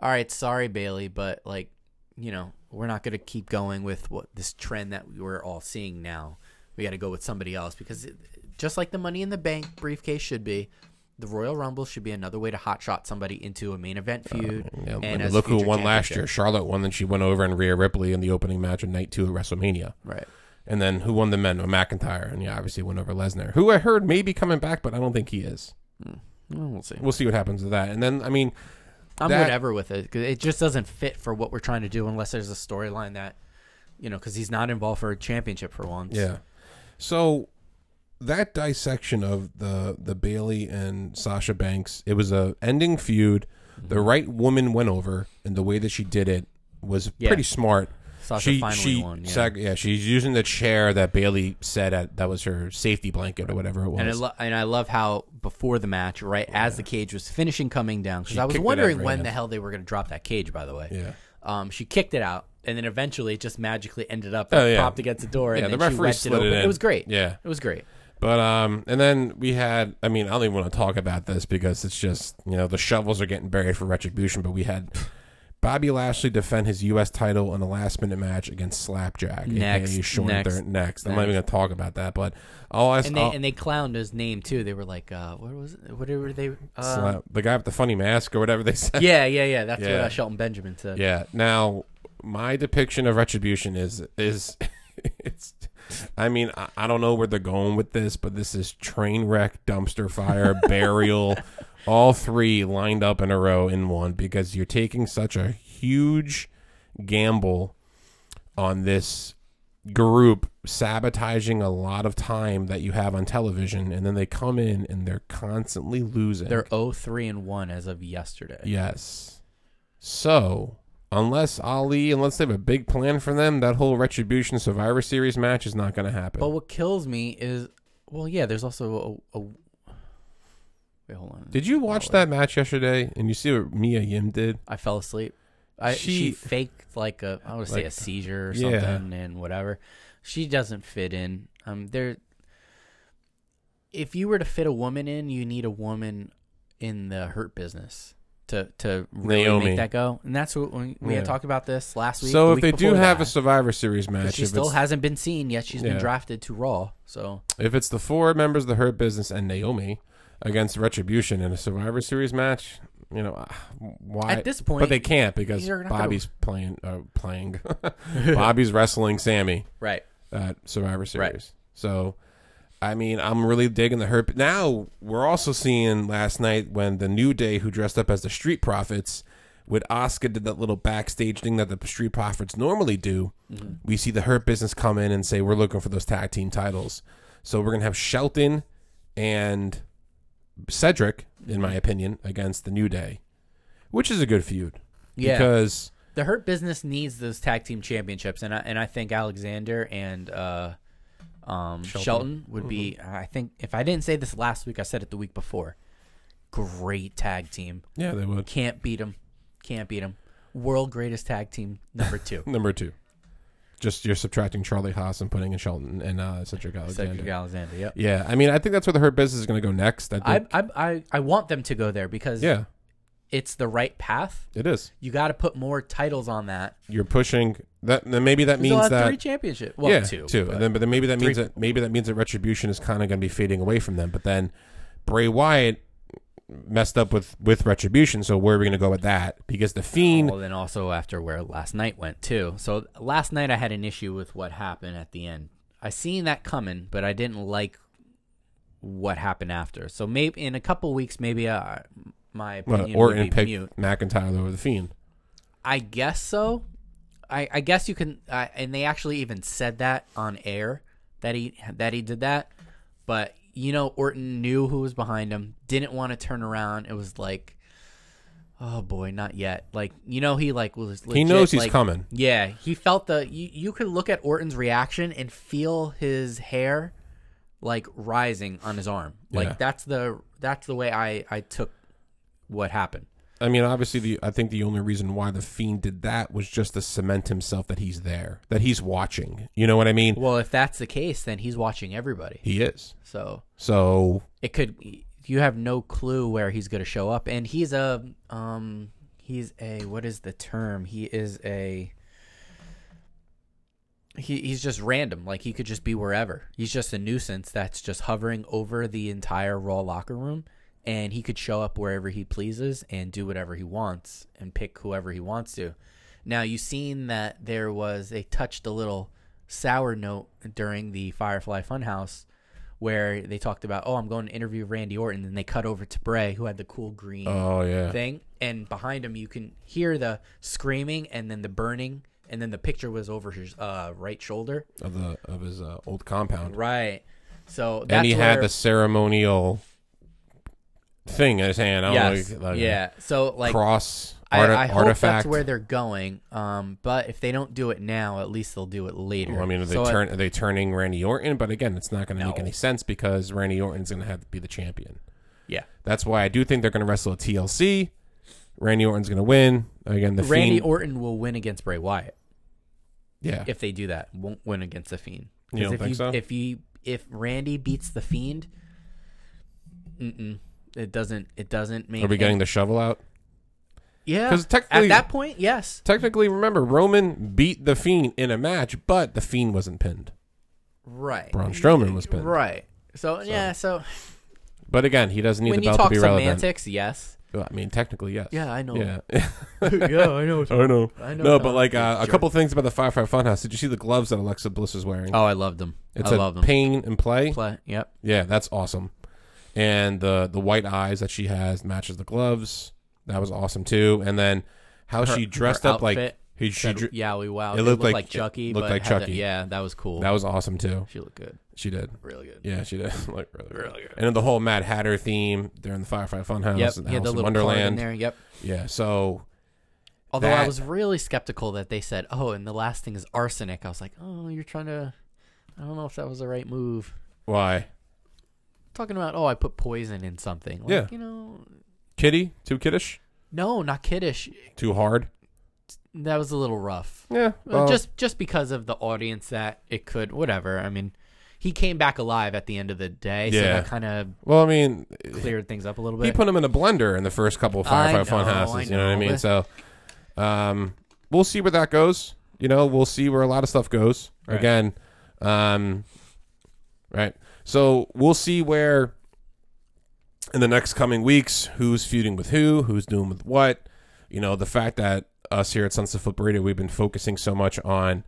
Speaker 2: all right. Sorry, Bailey, but like you know, we're not going to keep going with what this trend that we're all seeing now. We got to go with somebody else because it, just like the Money in the Bank briefcase should be, the Royal Rumble should be another way to hotshot somebody into a main event feud.
Speaker 1: Uh, Yeah,
Speaker 2: and
Speaker 1: I mean,
Speaker 2: as a
Speaker 1: look who
Speaker 2: future
Speaker 1: won last
Speaker 2: championship.
Speaker 1: year. Charlotte won, then she went over and Rhea Ripley in the opening match of night two at WrestleMania.
Speaker 2: Right.
Speaker 1: And then who won the men? Well, McIntyre, and yeah, obviously went over Lesnar, who I heard may be coming back, but I don't think he is.
Speaker 2: Well, we'll see.
Speaker 1: We'll see what happens with that. And then I mean,
Speaker 2: I'm
Speaker 1: That-
Speaker 2: whatever with it 'cause it just doesn't fit for what we're trying to do unless there's a storyline that, you know, because he's not involved for a championship for once.
Speaker 1: yeah. So that dissection of the the Bailey and Sasha Banks, it was a ending feud.
Speaker 2: Mm-hmm.
Speaker 1: The right woman went over, and the way that she did it was
Speaker 2: Yeah.
Speaker 1: pretty smart.
Speaker 2: Sasha
Speaker 1: she
Speaker 2: finally
Speaker 1: she
Speaker 2: won. Yeah.
Speaker 1: sag- yeah, she's using the chair that Bailey said at, that was her safety blanket or whatever it was.
Speaker 2: and I, lo- and I love how before the match, right as the cage was finishing coming down, because I was
Speaker 1: kicked it out
Speaker 2: wondering
Speaker 1: right
Speaker 2: when
Speaker 1: after.
Speaker 2: the hell they were going to drop that cage. By the way,
Speaker 1: yeah.
Speaker 2: um, she kicked it out, and then eventually it just magically ended up
Speaker 1: Oh, yeah.
Speaker 2: propped against the door.
Speaker 1: Yeah,
Speaker 2: and
Speaker 1: the
Speaker 2: then she
Speaker 1: referee
Speaker 2: wept
Speaker 1: slid
Speaker 2: it,
Speaker 1: it
Speaker 2: open.
Speaker 1: in.
Speaker 2: was great.
Speaker 1: Yeah.
Speaker 2: it was great.
Speaker 1: But um, and then we had. I mean, I don't even want to talk about this because it's just you know the shovels are getting buried for retribution. But we had Bobby Lashley defend his U.S. title in a last-minute match against Slapjack. aka
Speaker 2: Next,
Speaker 1: Sean
Speaker 2: next,
Speaker 1: Thur- next. I'm not even going to talk about that. But all I
Speaker 2: And they
Speaker 1: saw,
Speaker 2: and they clowned his name too. They were like, uh, "What was it? What were they?" Uh,
Speaker 1: Slap- the guy with the funny mask or whatever they said.
Speaker 2: yeah, yeah, yeah. That's what
Speaker 1: Yeah.
Speaker 2: uh, Shelton Benjamin said.
Speaker 1: Yeah. Now, my depiction of retribution is is it's. I mean, I, I don't know where they're going with this, but this is train wreck, dumpster fire, burial, all three lined up in a row in one because you're taking such a huge gamble on this group sabotaging a lot of time that you have on television and then they come in and they're constantly losing
Speaker 2: They're 03 and 1 as of yesterday.
Speaker 1: Yes. So, unless Ali, unless they have a big plan for them, that whole Retribution Survivor Series match is not going to happen.
Speaker 2: But what kills me is, well, yeah, there's also a. a wait, hold on.
Speaker 1: Did you watch
Speaker 2: Oh.
Speaker 1: that match yesterday and you see what Mia Yim did?
Speaker 2: I fell asleep. I, she,
Speaker 1: She-
Speaker 2: faked like a I would say a
Speaker 1: Like-
Speaker 2: seizure or
Speaker 1: Yeah.
Speaker 2: something and whatever. She doesn't fit in. Um, there. If you were to fit a woman in, you need a woman in the hurt business to to really
Speaker 1: Naomi.
Speaker 2: make that go. And that's what we, we
Speaker 1: Yeah.
Speaker 2: had talked about this last week.
Speaker 1: So,
Speaker 2: the
Speaker 1: if
Speaker 2: week
Speaker 1: they do
Speaker 2: before
Speaker 1: have a
Speaker 2: that.
Speaker 1: Survivor Series match,
Speaker 2: she
Speaker 1: if
Speaker 2: still
Speaker 1: it's,
Speaker 2: hasn't been seen yet. She's
Speaker 1: Yeah.
Speaker 2: been drafted to Raw, so
Speaker 1: if it's the four members of the Hurt Business and Naomi against Retribution in a Survivor Series match, you know, ah, why?
Speaker 2: at this point,
Speaker 1: but they can't because
Speaker 2: you're not gonna-
Speaker 1: Bobby's playing, uh, playing. Bobby's wrestling Sammy.
Speaker 2: right?
Speaker 1: at Survivor Series.
Speaker 2: Right.
Speaker 1: So, I mean, I'm really digging the herp. Now we're also seeing last night when the New Day, who dressed up as the Street Profits, with Oscar did that little backstage thing that the Street Profits normally do.
Speaker 2: Mm-hmm.
Speaker 1: We see the Hurt Business come in and say we're looking for those tag team titles. So we're gonna have Shelton and Cedric, in my opinion, against the New Day, which is a good feud.
Speaker 2: Yeah.
Speaker 1: Because
Speaker 2: The Hurt Business needs those tag team championships, and I and I think Alexander and uh, um, Shelton. would be.
Speaker 1: Mm-hmm.
Speaker 2: I think if I didn't say this last week, I said it the week before. Great tag team,
Speaker 1: yeah, they would
Speaker 2: can't beat them, can't beat them. World greatest tag team number two,
Speaker 1: Number two. Just you're subtracting Charlie Haas and putting in Shelton and uh, Cedric Alexander.
Speaker 2: Cedric Alexander. Yep.
Speaker 1: yeah, I mean, I think that's where the Hurt Business is going to go next. I
Speaker 2: I,
Speaker 1: think.
Speaker 2: I I I want them to go there because
Speaker 1: yeah,
Speaker 2: it's the right path.
Speaker 1: it is.
Speaker 2: You got to put more titles on that.
Speaker 1: You're pushing that. Then maybe that
Speaker 2: They'll
Speaker 1: means
Speaker 2: have
Speaker 1: that.
Speaker 2: three championship. Well,
Speaker 1: yeah,
Speaker 2: two. but-
Speaker 1: And then, but then maybe that means
Speaker 2: Three.
Speaker 1: that maybe that means that Retribution is kind of going to be fading away from them. But then Bray Wyatt messed up with with Retribution, so where are we going to go with that? Because the Fiend.
Speaker 2: Oh, Well, then also after where last night went too. So last night I had an issue with what happened at the end. I seen that coming, but I didn't like what happened after. So maybe in a couple weeks, maybe uh, my
Speaker 1: Well,
Speaker 2: opinion
Speaker 1: Orton
Speaker 2: would be
Speaker 1: picked
Speaker 2: mute.
Speaker 1: McIntyre over the Fiend.
Speaker 2: I guess so. I, I guess you can. I and they actually even said that on air that he that he did that. But you know, Orton knew who was behind him. Didn't want to turn around. It was like, oh boy, not yet. Like you know, he like was. Legit,
Speaker 1: He knows he's
Speaker 2: like-
Speaker 1: coming.
Speaker 2: Yeah, he felt the. You, you could look at Orton's reaction and feel his hair, like rising on his arm. Like
Speaker 1: Yeah.
Speaker 2: that's the that's the way I I took what happened.
Speaker 1: I mean, obviously, the I think the only reason why the fiend did that was just to cement himself that he's there, that he's watching. You know what I mean?
Speaker 2: Well, if that's the case, then he's watching everybody.
Speaker 1: He is.
Speaker 2: So
Speaker 1: So
Speaker 2: it could you have no clue where he's going to show up and he's a um he's a what is the term? He is a he, he's just random. Like he could just be wherever. He's just a nuisance that's just hovering over the entire raw locker room and he could show up wherever he pleases and do whatever he wants and pick whoever he wants to. Now you seen that there was they touched a little sour note during the Firefly Funhouse where they talked about, oh, I'm going to interview Randy Orton, and they cut over to Bray who had the cool green
Speaker 1: Oh yeah.
Speaker 2: thing, and behind him you can hear the screaming and then the burning, and then the picture was over his uh, right shoulder.
Speaker 1: Of the of his uh, old compound.
Speaker 2: Right. So that's
Speaker 1: and he had
Speaker 2: where-
Speaker 1: the ceremonial thing in his hand. I don't
Speaker 2: yes,
Speaker 1: know, like, like
Speaker 2: yeah. So
Speaker 1: a
Speaker 2: like
Speaker 1: cross
Speaker 2: I,
Speaker 1: arti-
Speaker 2: I hope
Speaker 1: artifact.
Speaker 2: that's where they're going. Um, but if they don't do it now, at least they'll do it later.
Speaker 1: Well, I mean, are they
Speaker 2: So, uh,
Speaker 1: turn are they turning Randy Orton? But again, it's not going to make
Speaker 2: No.
Speaker 1: any sense because Randy Orton's going to have to be the champion.
Speaker 2: yeah.
Speaker 1: That's why I do think they're going to wrestle at TLC. Randy Orton's going to win again. The
Speaker 2: Randy
Speaker 1: Fiend,
Speaker 2: Orton will win against Bray Wyatt
Speaker 1: yeah,
Speaker 2: if they do that. Won't win against the Fiend.
Speaker 1: You
Speaker 2: 'Cause
Speaker 1: don't
Speaker 2: if
Speaker 1: think
Speaker 2: you,
Speaker 1: so?
Speaker 2: If you if Randy beats the Fiend, mm-mm, it doesn't it doesn't make.
Speaker 1: are we getting the shovel out?
Speaker 2: yeah?
Speaker 1: 'Cause technically-
Speaker 2: at that point, yes.
Speaker 1: Technically, remember Roman beat the Fiend in a match, but the Fiend wasn't pinned.
Speaker 2: Right.
Speaker 1: Braun Strowman was pinned.
Speaker 2: Right. So, yeah. So
Speaker 1: But again, he doesn't need
Speaker 2: when
Speaker 1: the
Speaker 2: you
Speaker 1: belt to
Speaker 2: talk
Speaker 1: be relevant.
Speaker 2: semantics, yes.
Speaker 1: Well, I mean, technically, yes.
Speaker 2: Yeah, I know.
Speaker 1: Yeah.
Speaker 2: yeah, I know.
Speaker 1: I know.
Speaker 2: I know
Speaker 1: No,
Speaker 2: what
Speaker 1: but
Speaker 2: I'm
Speaker 1: like
Speaker 2: doing,
Speaker 1: uh, a
Speaker 2: sure.
Speaker 1: couple things about the Firefly Funhouse. Did you see the gloves that Alexa Bliss is wearing?
Speaker 2: Oh, I loved them.
Speaker 1: it's
Speaker 2: I
Speaker 1: a
Speaker 2: love them.
Speaker 1: pain and play.
Speaker 2: Play. Yep.
Speaker 1: Yeah, that's awesome. And the the white eyes that she has matches the gloves. That was awesome too. And then how
Speaker 2: Her-
Speaker 1: Oh, she dressed
Speaker 2: her
Speaker 1: up like
Speaker 2: outfit
Speaker 1: he, she
Speaker 2: said
Speaker 1: dr-
Speaker 2: Yowie Wow.
Speaker 1: it
Speaker 2: It
Speaker 1: looked
Speaker 2: looked,
Speaker 1: like-
Speaker 2: like, Chucky.
Speaker 1: it looked
Speaker 2: but
Speaker 1: like
Speaker 2: had the-
Speaker 1: Chucky.
Speaker 2: yeah, that was cool.
Speaker 1: that was awesome too.
Speaker 2: she looked good.
Speaker 1: She did.
Speaker 2: Really good.
Speaker 1: Yeah, she did. like really, good.
Speaker 2: Really good.
Speaker 1: And then the whole Mad Hatter theme during the Firefly Funhouse
Speaker 2: Yep.
Speaker 1: and
Speaker 2: He had
Speaker 1: Alice
Speaker 2: the
Speaker 1: in
Speaker 2: little card in
Speaker 1: Wonderland.
Speaker 2: there. Yep.
Speaker 1: Yeah, so
Speaker 2: Although
Speaker 1: That-
Speaker 2: I was really skeptical that they said, "Oh, and the last thing is arsenic." I was like, "Oh, you're trying to." I don't know if that was the right move.
Speaker 1: why
Speaker 2: Talking about, oh, I put poison in something. Like,
Speaker 1: Yeah.
Speaker 2: You know,
Speaker 1: Kitty too kiddish,
Speaker 2: no, not kiddish.
Speaker 1: too hard?
Speaker 2: That was a little rough.
Speaker 1: Yeah,
Speaker 2: Uh,
Speaker 1: well,
Speaker 2: just just because of the audience that it could whatever i mean he came back alive at the end of the day so
Speaker 1: Yeah.
Speaker 2: that kind of
Speaker 1: well, I mean,
Speaker 2: cleared things up a little
Speaker 1: he
Speaker 2: bit
Speaker 1: put him in a blender in the first couple of
Speaker 2: I
Speaker 1: Firefly
Speaker 2: know,
Speaker 1: Funhouses.
Speaker 2: I
Speaker 1: You know what I
Speaker 2: know,
Speaker 1: mean?
Speaker 2: but-
Speaker 1: So, um, we'll see where that goes. You know, we'll see where a lot of stuff goes.
Speaker 2: Right.
Speaker 1: Again, um, right. So we'll see where in the next coming weeks who's feuding with who, who's doing with what. You know, the fact that us here at Sunset Flip Radio we've been focusing so much on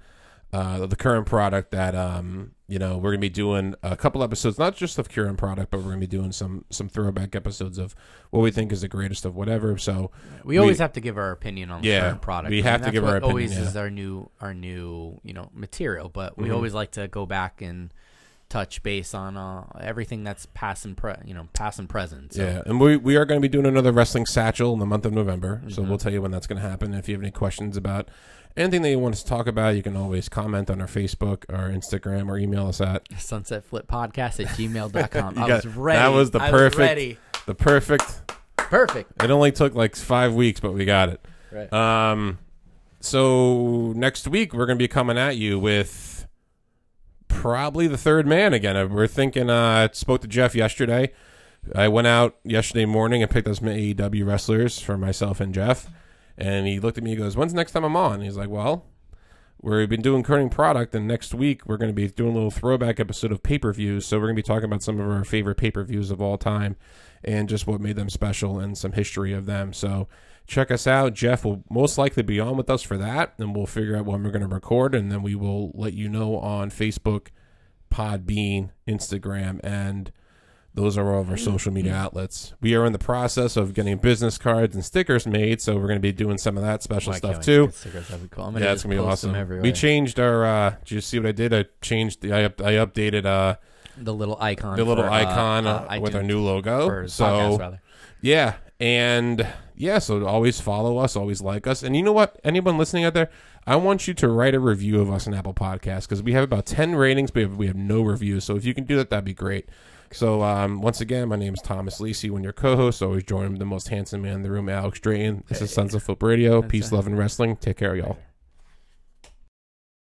Speaker 1: uh, the current product that um, you know we're gonna be doing a couple episodes, not just of current product, but we're gonna be doing some some throwback episodes of what we think is the greatest of whatever. So
Speaker 2: we always have to give our opinion on the
Speaker 1: Yeah,
Speaker 2: current product
Speaker 1: we
Speaker 2: I mean,
Speaker 1: have to
Speaker 2: that's
Speaker 1: give our
Speaker 2: what
Speaker 1: opinion,
Speaker 2: always
Speaker 1: yeah. Mm-hmm.
Speaker 2: is our new our new you know material but we always like to go back and touch base on uh, everything that's past and pre- you know past and present so
Speaker 1: Yeah, and we, we are going to be doing another wrestling satchel in the month of November. So we'll tell you when that's going to happen. If you have any questions about anything that you want us to talk about, you can always comment on our Facebook, our Instagram, or email us at
Speaker 2: sunset flip podcast at gmail.com i
Speaker 1: got-
Speaker 2: was ready
Speaker 1: that was the
Speaker 2: I
Speaker 1: perfect-
Speaker 2: ready.
Speaker 1: the perfect.
Speaker 2: perfect
Speaker 1: It only took like five weeks, but we got it.
Speaker 2: Right.
Speaker 1: Um, so next week we're going to be coming at you with probably the third man again. We're thinking. Uh, I spoke to Jeff yesterday. I went out yesterday morning and picked up some AEW wrestlers for myself and Jeff. And he looked at me and goes, When's the next time I'm on? He's like, Well, we've been doing current product, and next week we're going to be doing a little throwback episode of pay per views. So we're going to be talking about some of our favorite pay per views of all time and just what made them special and some history of them. So check us out. Jeff will most likely be on with us for that, and we'll figure out when we're going to record, and then we will let you know on Facebook, Podbean, Instagram, and those are all of our social media outlets. We are in the process of getting business cards and stickers made, so we're going to be doing some of that special
Speaker 2: Why
Speaker 1: stuff
Speaker 2: can't we
Speaker 1: too.
Speaker 2: get stickers? That'd be cool. I'm gonna
Speaker 1: Yeah, it's
Speaker 2: just
Speaker 1: gonna be
Speaker 2: post them
Speaker 1: awesome.
Speaker 2: everywhere.
Speaker 1: We changed our. uh Did you see what I did? I changed the. I, up, I updated uh
Speaker 2: the little icon.
Speaker 1: the little
Speaker 2: for, uh,
Speaker 1: icon
Speaker 2: uh,
Speaker 1: uh, with our
Speaker 2: iTunes
Speaker 1: new
Speaker 2: for
Speaker 1: logo.
Speaker 2: the
Speaker 1: So
Speaker 2: podcast, rather.
Speaker 1: yeah, and yeah, so always follow us, always like us, and you know what? Anyone listening out there, I want you to write a review of us on Apple Podcasts because we have about ten ratings, but we have, we have no reviews. So if you can do that, that'd be great. So um, once again, my name is Thomas Lisi. When your co-host, always join the most handsome man in the room, Alex Drayton. This is Sons of Flip Radio. Peace, love, and wrestling. Take care, y'all.